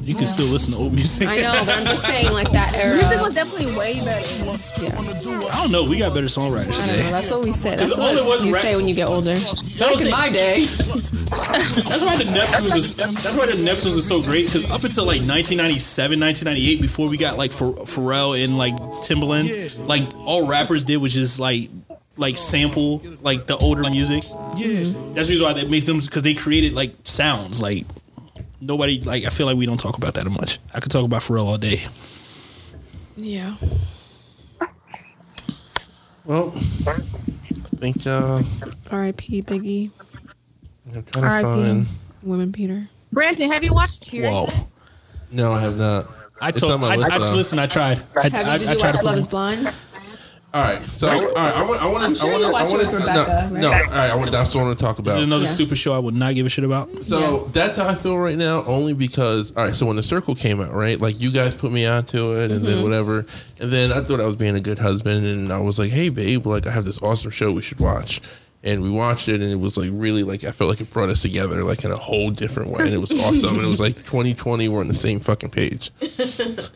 S3: You can still listen to old music.
S4: I know, but I'm just saying like that era.
S8: Music was definitely way better.
S4: yeah. I don't
S3: I don't know. We got better songwriters
S4: know.
S3: today.
S4: That's what we say.
S3: Because
S4: That's
S3: all it was
S4: what you
S3: rap-
S4: say when you get older.
S3: That was
S4: Back in
S3: it.
S4: my day.
S3: That's why the Neptunes is that's why the Neptunes is so great because up until like 1997, 1998, before we got like Ph- Pharrell and like Timbaland, like all rappers did was just like like sample like the older music. Yeah, that's the reason why that makes them because they created like sounds like nobody like I feel like we don't talk about that much. I could talk about Pharrell all day.
S4: Yeah.
S2: Well, I think uh,
S4: R.I.P. Biggie,
S2: I'm trying to find.
S4: Women Peter.
S8: Brandon, have you watched Cheers?
S3: Whoa.
S2: No, I have not.
S3: I
S2: It's
S3: told
S2: on my
S3: I,
S2: list,
S3: I,
S2: though.
S3: listen. I tried. I,
S4: Have
S3: I,
S4: you, did
S3: I
S4: you
S3: tried
S4: watch
S3: to
S4: Love Is Blind?
S2: All right, so all right, I want. I want.
S4: I'm sure
S2: I want.
S4: you
S2: I
S4: watch it
S2: want
S4: with Rebecca,
S2: no,
S4: right?
S2: no, all right. I want. That's what I want to talk
S3: This
S2: about.
S3: is another
S4: Yeah.
S3: stupid show I would not give a shit about.
S2: So
S4: Yeah.
S2: that's how I feel right now, only because all right. So when the circle came out, right, like you guys put me onto it, and
S4: Mm-hmm.
S2: then whatever, and then I thought I was being a good husband, and I was like, hey babe, like I have this awesome show we should watch, and we watched it, and it was like really like I felt like it brought us together like in a whole different way, and it was awesome, and it was like 2020, we're on the same fucking page.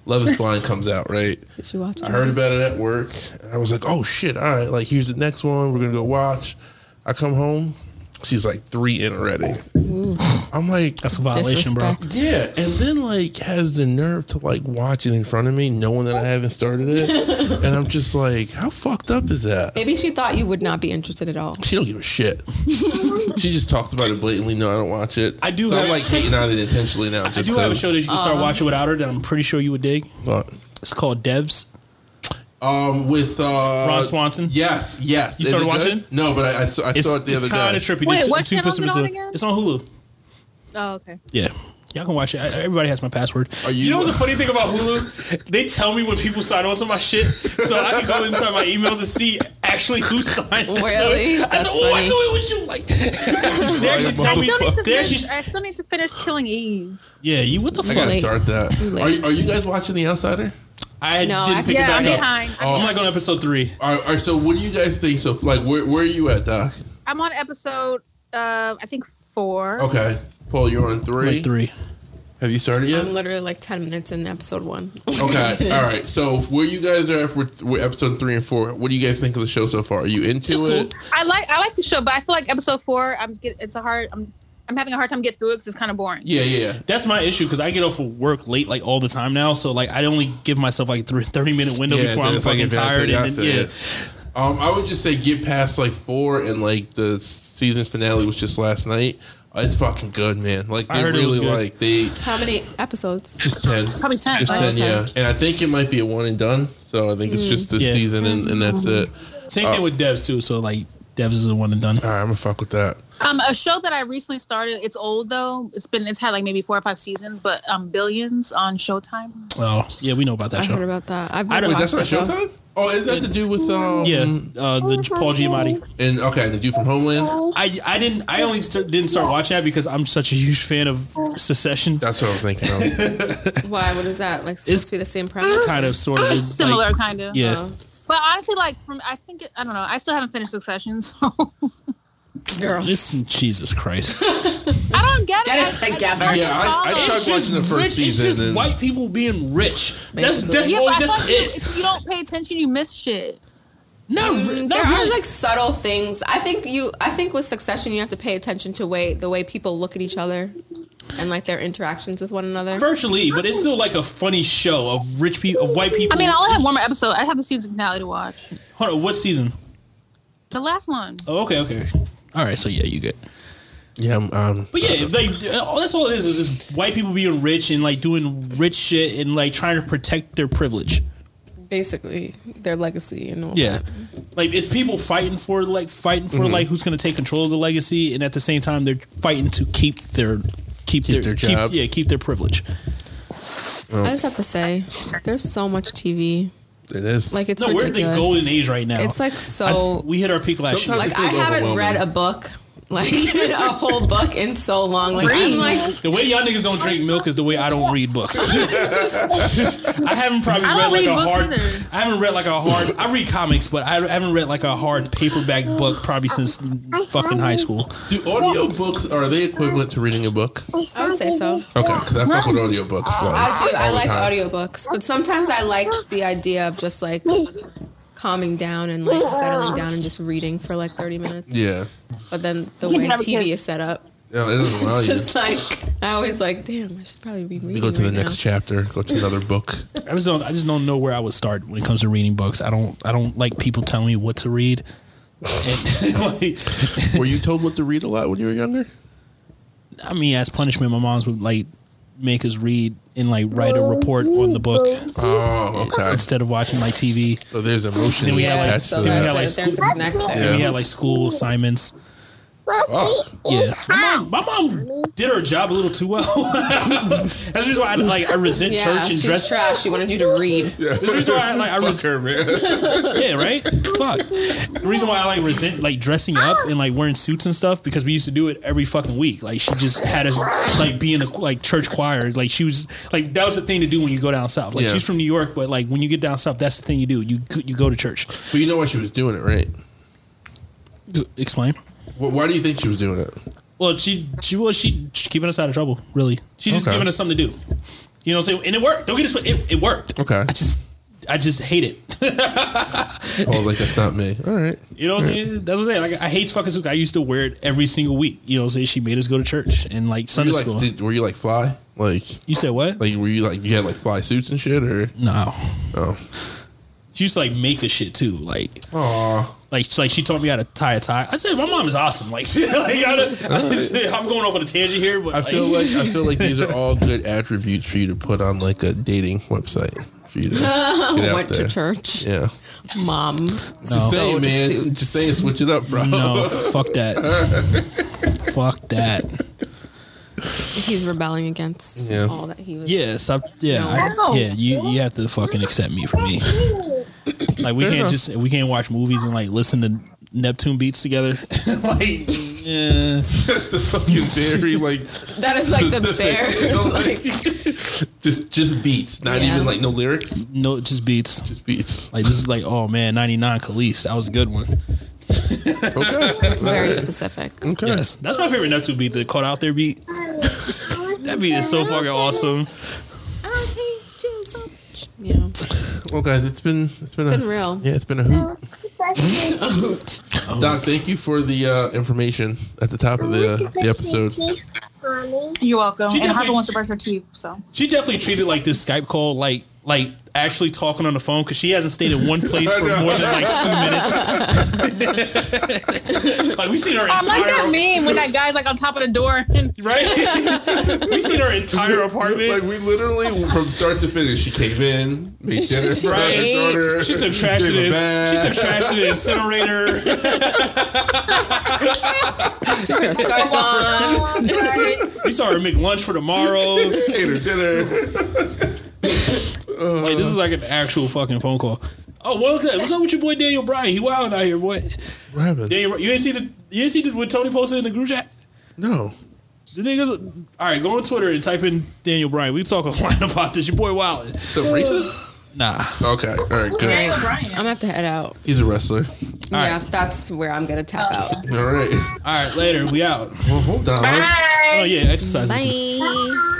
S2: Love is Blind comes out, right?
S4: Did you watch it?
S2: I heard about it at work, and I was like, oh shit, all right, like here's the next one we're gonna go watch. I come home, she's like three in already. I'm like,
S3: That's a violation, bro.
S4: Disrespect.
S2: yeah, and then like has the nerve to like watch it in front of me, knowing that I haven't started it, and I'm just like, how fucked up is that?
S4: Maybe she thought you would not be interested at all.
S2: She don't give a shit. she just talks about it blatantly. No, I don't watch it.
S3: I do
S2: So I'm
S3: have-
S2: like hating on it intentionally now. Just
S3: I do have a
S2: 'cause.
S3: show that you can start watching without her that I'm pretty sure you would dig.
S2: But,
S3: It's called Devs.
S2: um, with uh, Ron
S3: Swanson?
S2: Yes, yes.
S3: You
S2: Is
S3: started
S2: it good?
S3: watching?
S2: No, but I, I, saw, I
S3: It's,
S2: saw it the
S3: it's
S2: other
S3: kind
S2: day.
S3: of trippy.
S8: Wait,
S3: The
S8: what channel is
S3: Pacific
S8: it on
S3: Pacific-
S8: again?
S3: It's on Hulu.
S8: Oh, okay.
S3: Yeah. Y'all can watch it. I, everybody has my password.
S2: Are
S3: you,
S2: you-
S3: know what's the funny thing about Hulu? They tell me when people sign on to my shit, so I can go inside my emails and see actually who signs. into
S4: Really?
S3: it. I said,
S4: That's
S3: oh, I
S4: funny.
S3: knew it was you. Like, they actually
S2: I
S3: tell
S8: I
S3: me.
S8: still, need to
S3: They
S8: finish,
S3: actually,
S8: I still need to finish Killing Eve.
S3: yeah, you. What the
S2: I
S3: fuck?
S2: gotta
S4: Late.
S2: start that.
S4: Too late.
S2: Are you, are you guys watching The Outsider?
S3: I
S4: No, I
S3: didn't pick it
S4: have to
S8: Yeah, I'm
S3: back up.
S8: behind. I'm,
S2: Oh.
S3: I'm like on episode three.
S2: All right, all right, so what do you guys think? So, like, where, where are you at, Doc?
S8: I'm on episode, uh, I think four.
S2: Okay. Paul, you're on three.
S3: Like three.
S2: Have you started yet?
S4: I'm literally like 10 minutes in episode one.
S2: Okay. All right. So where you guys are for with episode three and four? What do you guys think of the show so far? Are you into
S3: cool.
S2: it?
S8: I like I like the show, but I feel like episode four, I'm get, it's a hard. I'm I'm having a hard time getting through it because it's kind of boring.
S2: Yeah, yeah.
S3: That's my issue because I get off of work late like all the time now. So like I only give myself like three, 30 minute window
S2: yeah
S3: before I'm
S2: that's like
S3: fucking tired.
S2: advantage.
S3: And
S2: I
S3: then,
S2: see
S3: yeah,
S2: it. Um, I would just say get past like four and like the season finale was just last night. Uh, It's fucking good, man. Like
S3: I
S2: they
S3: heard it was
S2: really
S3: good.
S2: like they
S4: How many episodes?
S2: just ten.
S8: Probably ten.
S2: Just
S8: Oh,
S2: ten,
S4: okay.
S2: yeah. And I think it might be a one and done. So I think it's just this
S3: Yeah.
S2: season and, and that's it.
S3: same
S2: Uh,
S3: thing with devs too. So like devs is the one and done.
S2: All right, I'm gonna fuck with that.
S8: Um, a show that I recently started. It's old though. It's been it's had like maybe four or five seasons, but um, Billions on Showtime.
S3: Oh yeah, we know about that
S4: I
S3: show.
S4: heard about that. I've
S3: I don't-
S4: never
S2: Wait,
S4: watched
S2: that's not
S4: that show.
S2: Showtime. Oh, is that to do with um?
S3: yeah, uh, the Paul Giamatti.
S2: And okay, the dude from Homeland.
S3: I I didn't I only st- didn't start watching that because I'm such a huge fan of Secession.
S2: That's what I was thinking. of.
S4: Why? What is that? Like supposed
S3: It's-
S4: to be the same premise?
S3: Kind of, sort of like-
S8: Similar kind of.
S3: yeah,
S4: Oh,
S8: But honestly, like from I think it, I don't know. I still haven't finished Succession, so I
S4: girl.
S3: listen, Jesus Christ,
S8: don't get
S4: Get it
S8: it. I- I-
S4: together.
S8: I-
S2: Yeah, I- I
S8: follow.
S2: tried watching the first
S3: rich.
S2: season.
S3: It's just
S2: and
S3: white people being rich. That's
S4: Basically.
S3: that's
S8: Yeah,
S3: all.
S8: but I
S3: That's
S8: thought you,
S3: it.
S8: if you don't pay attention, you miss shit.
S3: Not, re-
S4: Mm,
S3: not
S4: there are
S3: really.
S4: like subtle things. I think you. I think with Succession, you have to pay attention to way the way people look at each other. and like their interactions with one another.
S3: virtually, but it's still like a funny show of rich people, of white people.
S8: I mean, I only have one more episode. I have the season finale to watch.
S3: Hold on, what season?
S8: The last one.
S3: Oh, okay, okay. All right, so yeah, you good.
S2: Yeah, I'm, um,
S3: But yeah, like all that's all it is is just white people being rich and like doing rich shit and like trying to protect their privilege.
S4: Basically, their legacy and all.
S3: Yeah, Mm-hmm. like it's people fighting for like fighting for like who's going to take control of the legacy, and at the same time they're fighting to keep their keep, their,
S2: their
S3: keep-
S2: jobs.
S3: yeah, keep their privilege.
S4: I just have to say, there's so much TV.
S2: it is.
S4: Like it's
S3: No, we're in the
S4: ridiculous.
S3: golden age right now.
S4: It's like so.
S3: we hit our peak last year.
S2: Sometimes-
S4: like I
S2: it's
S4: haven't
S2: overwhelming.
S4: read a book, like a whole book in so long. Like I'm like
S3: The way y'all niggas don't drink milk is the way I don't read books. I haven't probably
S8: I
S3: Oh, read
S8: don't
S3: like
S8: read
S3: a
S8: books
S3: hard.
S8: either.
S3: I haven't read like a hard. I read comics, but I haven't read like a hard paperback book probably since fucking high school.
S2: Do audiobooks are they equivalent to reading a book? Okay,
S4: I would say so.
S2: because I fuck with audiobooks. Like,
S4: I do. I
S2: all the
S4: like
S2: time.
S4: audiobooks, but sometimes I like the idea of just like calming down and like settling down and just reading for like 30 minutes.
S2: Yeah,
S4: But then the
S8: You
S4: way
S8: have a
S4: TV
S8: kid.
S4: is set up,
S2: no, it doesn't allow
S4: it's
S2: you.
S4: just like I always like, damn, I should probably be
S2: We
S4: reading
S2: go to the
S4: right
S2: next
S4: now.
S2: chapter. Go to another book.
S3: I just don't. I just don't know where I would start when it comes to reading books. I don't. I don't like people telling me what to read. And, like,
S2: Were you told what to read a lot when you were younger?
S3: I mean, as punishment, my mom's would like make us read and like write a report on the book
S2: Oh, okay.
S3: instead of watching my TV.
S2: So there's emotion
S3: Then we had, like,
S4: Yeah,
S2: attached
S4: so
S2: to
S4: that's
S3: Yeah,
S2: that.
S3: like
S4: it. there's
S3: school-
S4: the connect there.
S3: And we
S2: Yeah.
S3: had like school assignments.
S2: Oh,
S3: Yeah, my mom, my mom did her job a little too well. That's the reason why I like I resent
S4: Yeah,
S3: church and
S4: she's
S3: dress.
S4: trash. She wanted you to read.
S3: That's the reason why I like I
S2: fuck
S3: res-
S2: her, man.
S3: yeah right. Fuck. The reason why I like resent like dressing up and like wearing suits and stuff because we used to do it every fucking week. Like she just had us like be in a like church choir. Like she was like that was the thing to do when you go down south. Like
S2: Yeah.
S3: she's from New York, but like when you get down south, that's the thing you do. You you go to church.
S2: but you know why she was doing it, right?
S3: Explain.
S2: Wh- Why do you think she was doing it?
S3: Well, she she was she, she's keeping us out of trouble. Really, she's just
S2: Okay.
S3: giving us something to do. You know what I'm saying? And it worked. Don't get us. It, it worked.
S2: Okay.
S3: I just I just hate it.
S2: Oh, like that's not me. All right.
S3: You know what I'm saying? That's what I'm saying. Like I hate fucking suits. I used to wear it every single week. You know what I'm saying? She made us go to church and like
S2: Were
S3: Sunday
S2: you like,
S3: school.
S2: did, were you like fly? Like,
S3: you said what?
S2: like were you like you had like fly suits and shit, or
S3: no.
S2: oh,
S3: She used to like make the shit too. Like
S2: Aw.
S3: like she- like she taught me how to tie a tie. I said my mom is awesome. Like, like I, am going off on a tangent here, but
S2: I
S3: like,
S2: feel like I feel like these are all good attributes for you to put on like a dating website for you to get out
S4: Went
S2: there.
S4: to church.
S2: Yeah,
S4: Mom.
S3: No.
S2: Just saying,
S4: Sold
S2: man.
S4: suits.
S2: Just saying, switch it up, bro.
S3: no, fuck that. fuck that.
S4: He's rebelling against
S2: Yeah.
S4: all that he was.
S3: Yeah, stop. Yeah, I, yeah. You you have to fucking accept me for me. Like we can't
S2: enough.
S3: just we can't watch movies and like listen to Neptune beats together. like, yeah.
S2: That's a fucking theory. Like,
S4: That is like the
S2: Specific.
S4: bare. like,
S2: just just beats, not
S4: Yeah.
S2: even like no lyrics,
S3: no, it just beats.
S2: just beats.
S3: Like this is like oh man, ninety nine Khalees. That was a good one.
S2: Okay,
S4: it's very specific.
S2: okay.
S3: Yes, that's my favorite Neptune beat. The caught out there beat. that beat is so fucking awesome.
S4: Yeah.
S2: Well, guys, it's been it's been, a,
S4: been real.
S2: Yeah, it's been a hoot.
S4: Hoot.
S2: Doc, thank you for the uh, information at the top of the, uh, the episode.
S8: You're welcome.
S3: She
S8: and
S3: definitely-
S8: Harper wants to brush her teeth, so
S3: She definitely treated like this Skype call like like actually talking on the phone because she hasn't stayed in one place for
S2: know.
S3: more than like two minutes. like we seen her
S8: I
S3: entire
S8: like that meme when that guy's like on top of the door and
S3: right? we seen her entire
S2: Like
S3: apartment.
S2: we literally from start to finish, she came in, made dinner for
S3: Right.
S2: her daughter.
S3: She took trash to
S2: gave a
S3: this. She
S2: bath.
S3: took trash to the incinerator.
S4: Scarf on.
S3: We saw her make lunch for tomorrow. Like
S2: ate her dinner.
S3: this is like an actual fucking phone call. Oh, well, good. What's up with your boy Daniel Bryan? He wild out here, boy.
S2: What happened?
S3: Daniel, you ain't see the you ain't see the, what Tony posted in the group chat.
S2: No.
S3: The niggas, all right, go on Twitter and type in Daniel Bryan. We talk online about this. Your boy Wild.
S2: So racist?
S3: Nah,
S2: Okay. All right. Good.
S8: Daniel
S4: I'm
S8: Bryan.
S4: gonna have to head out.
S2: He's a wrestler.
S4: yeah, that's where I'm gonna tap out.
S2: All right.
S3: All right, later. We out.
S8: Ah!
S2: Well, hold on.
S3: Oh yeah, exercise.
S4: Bye.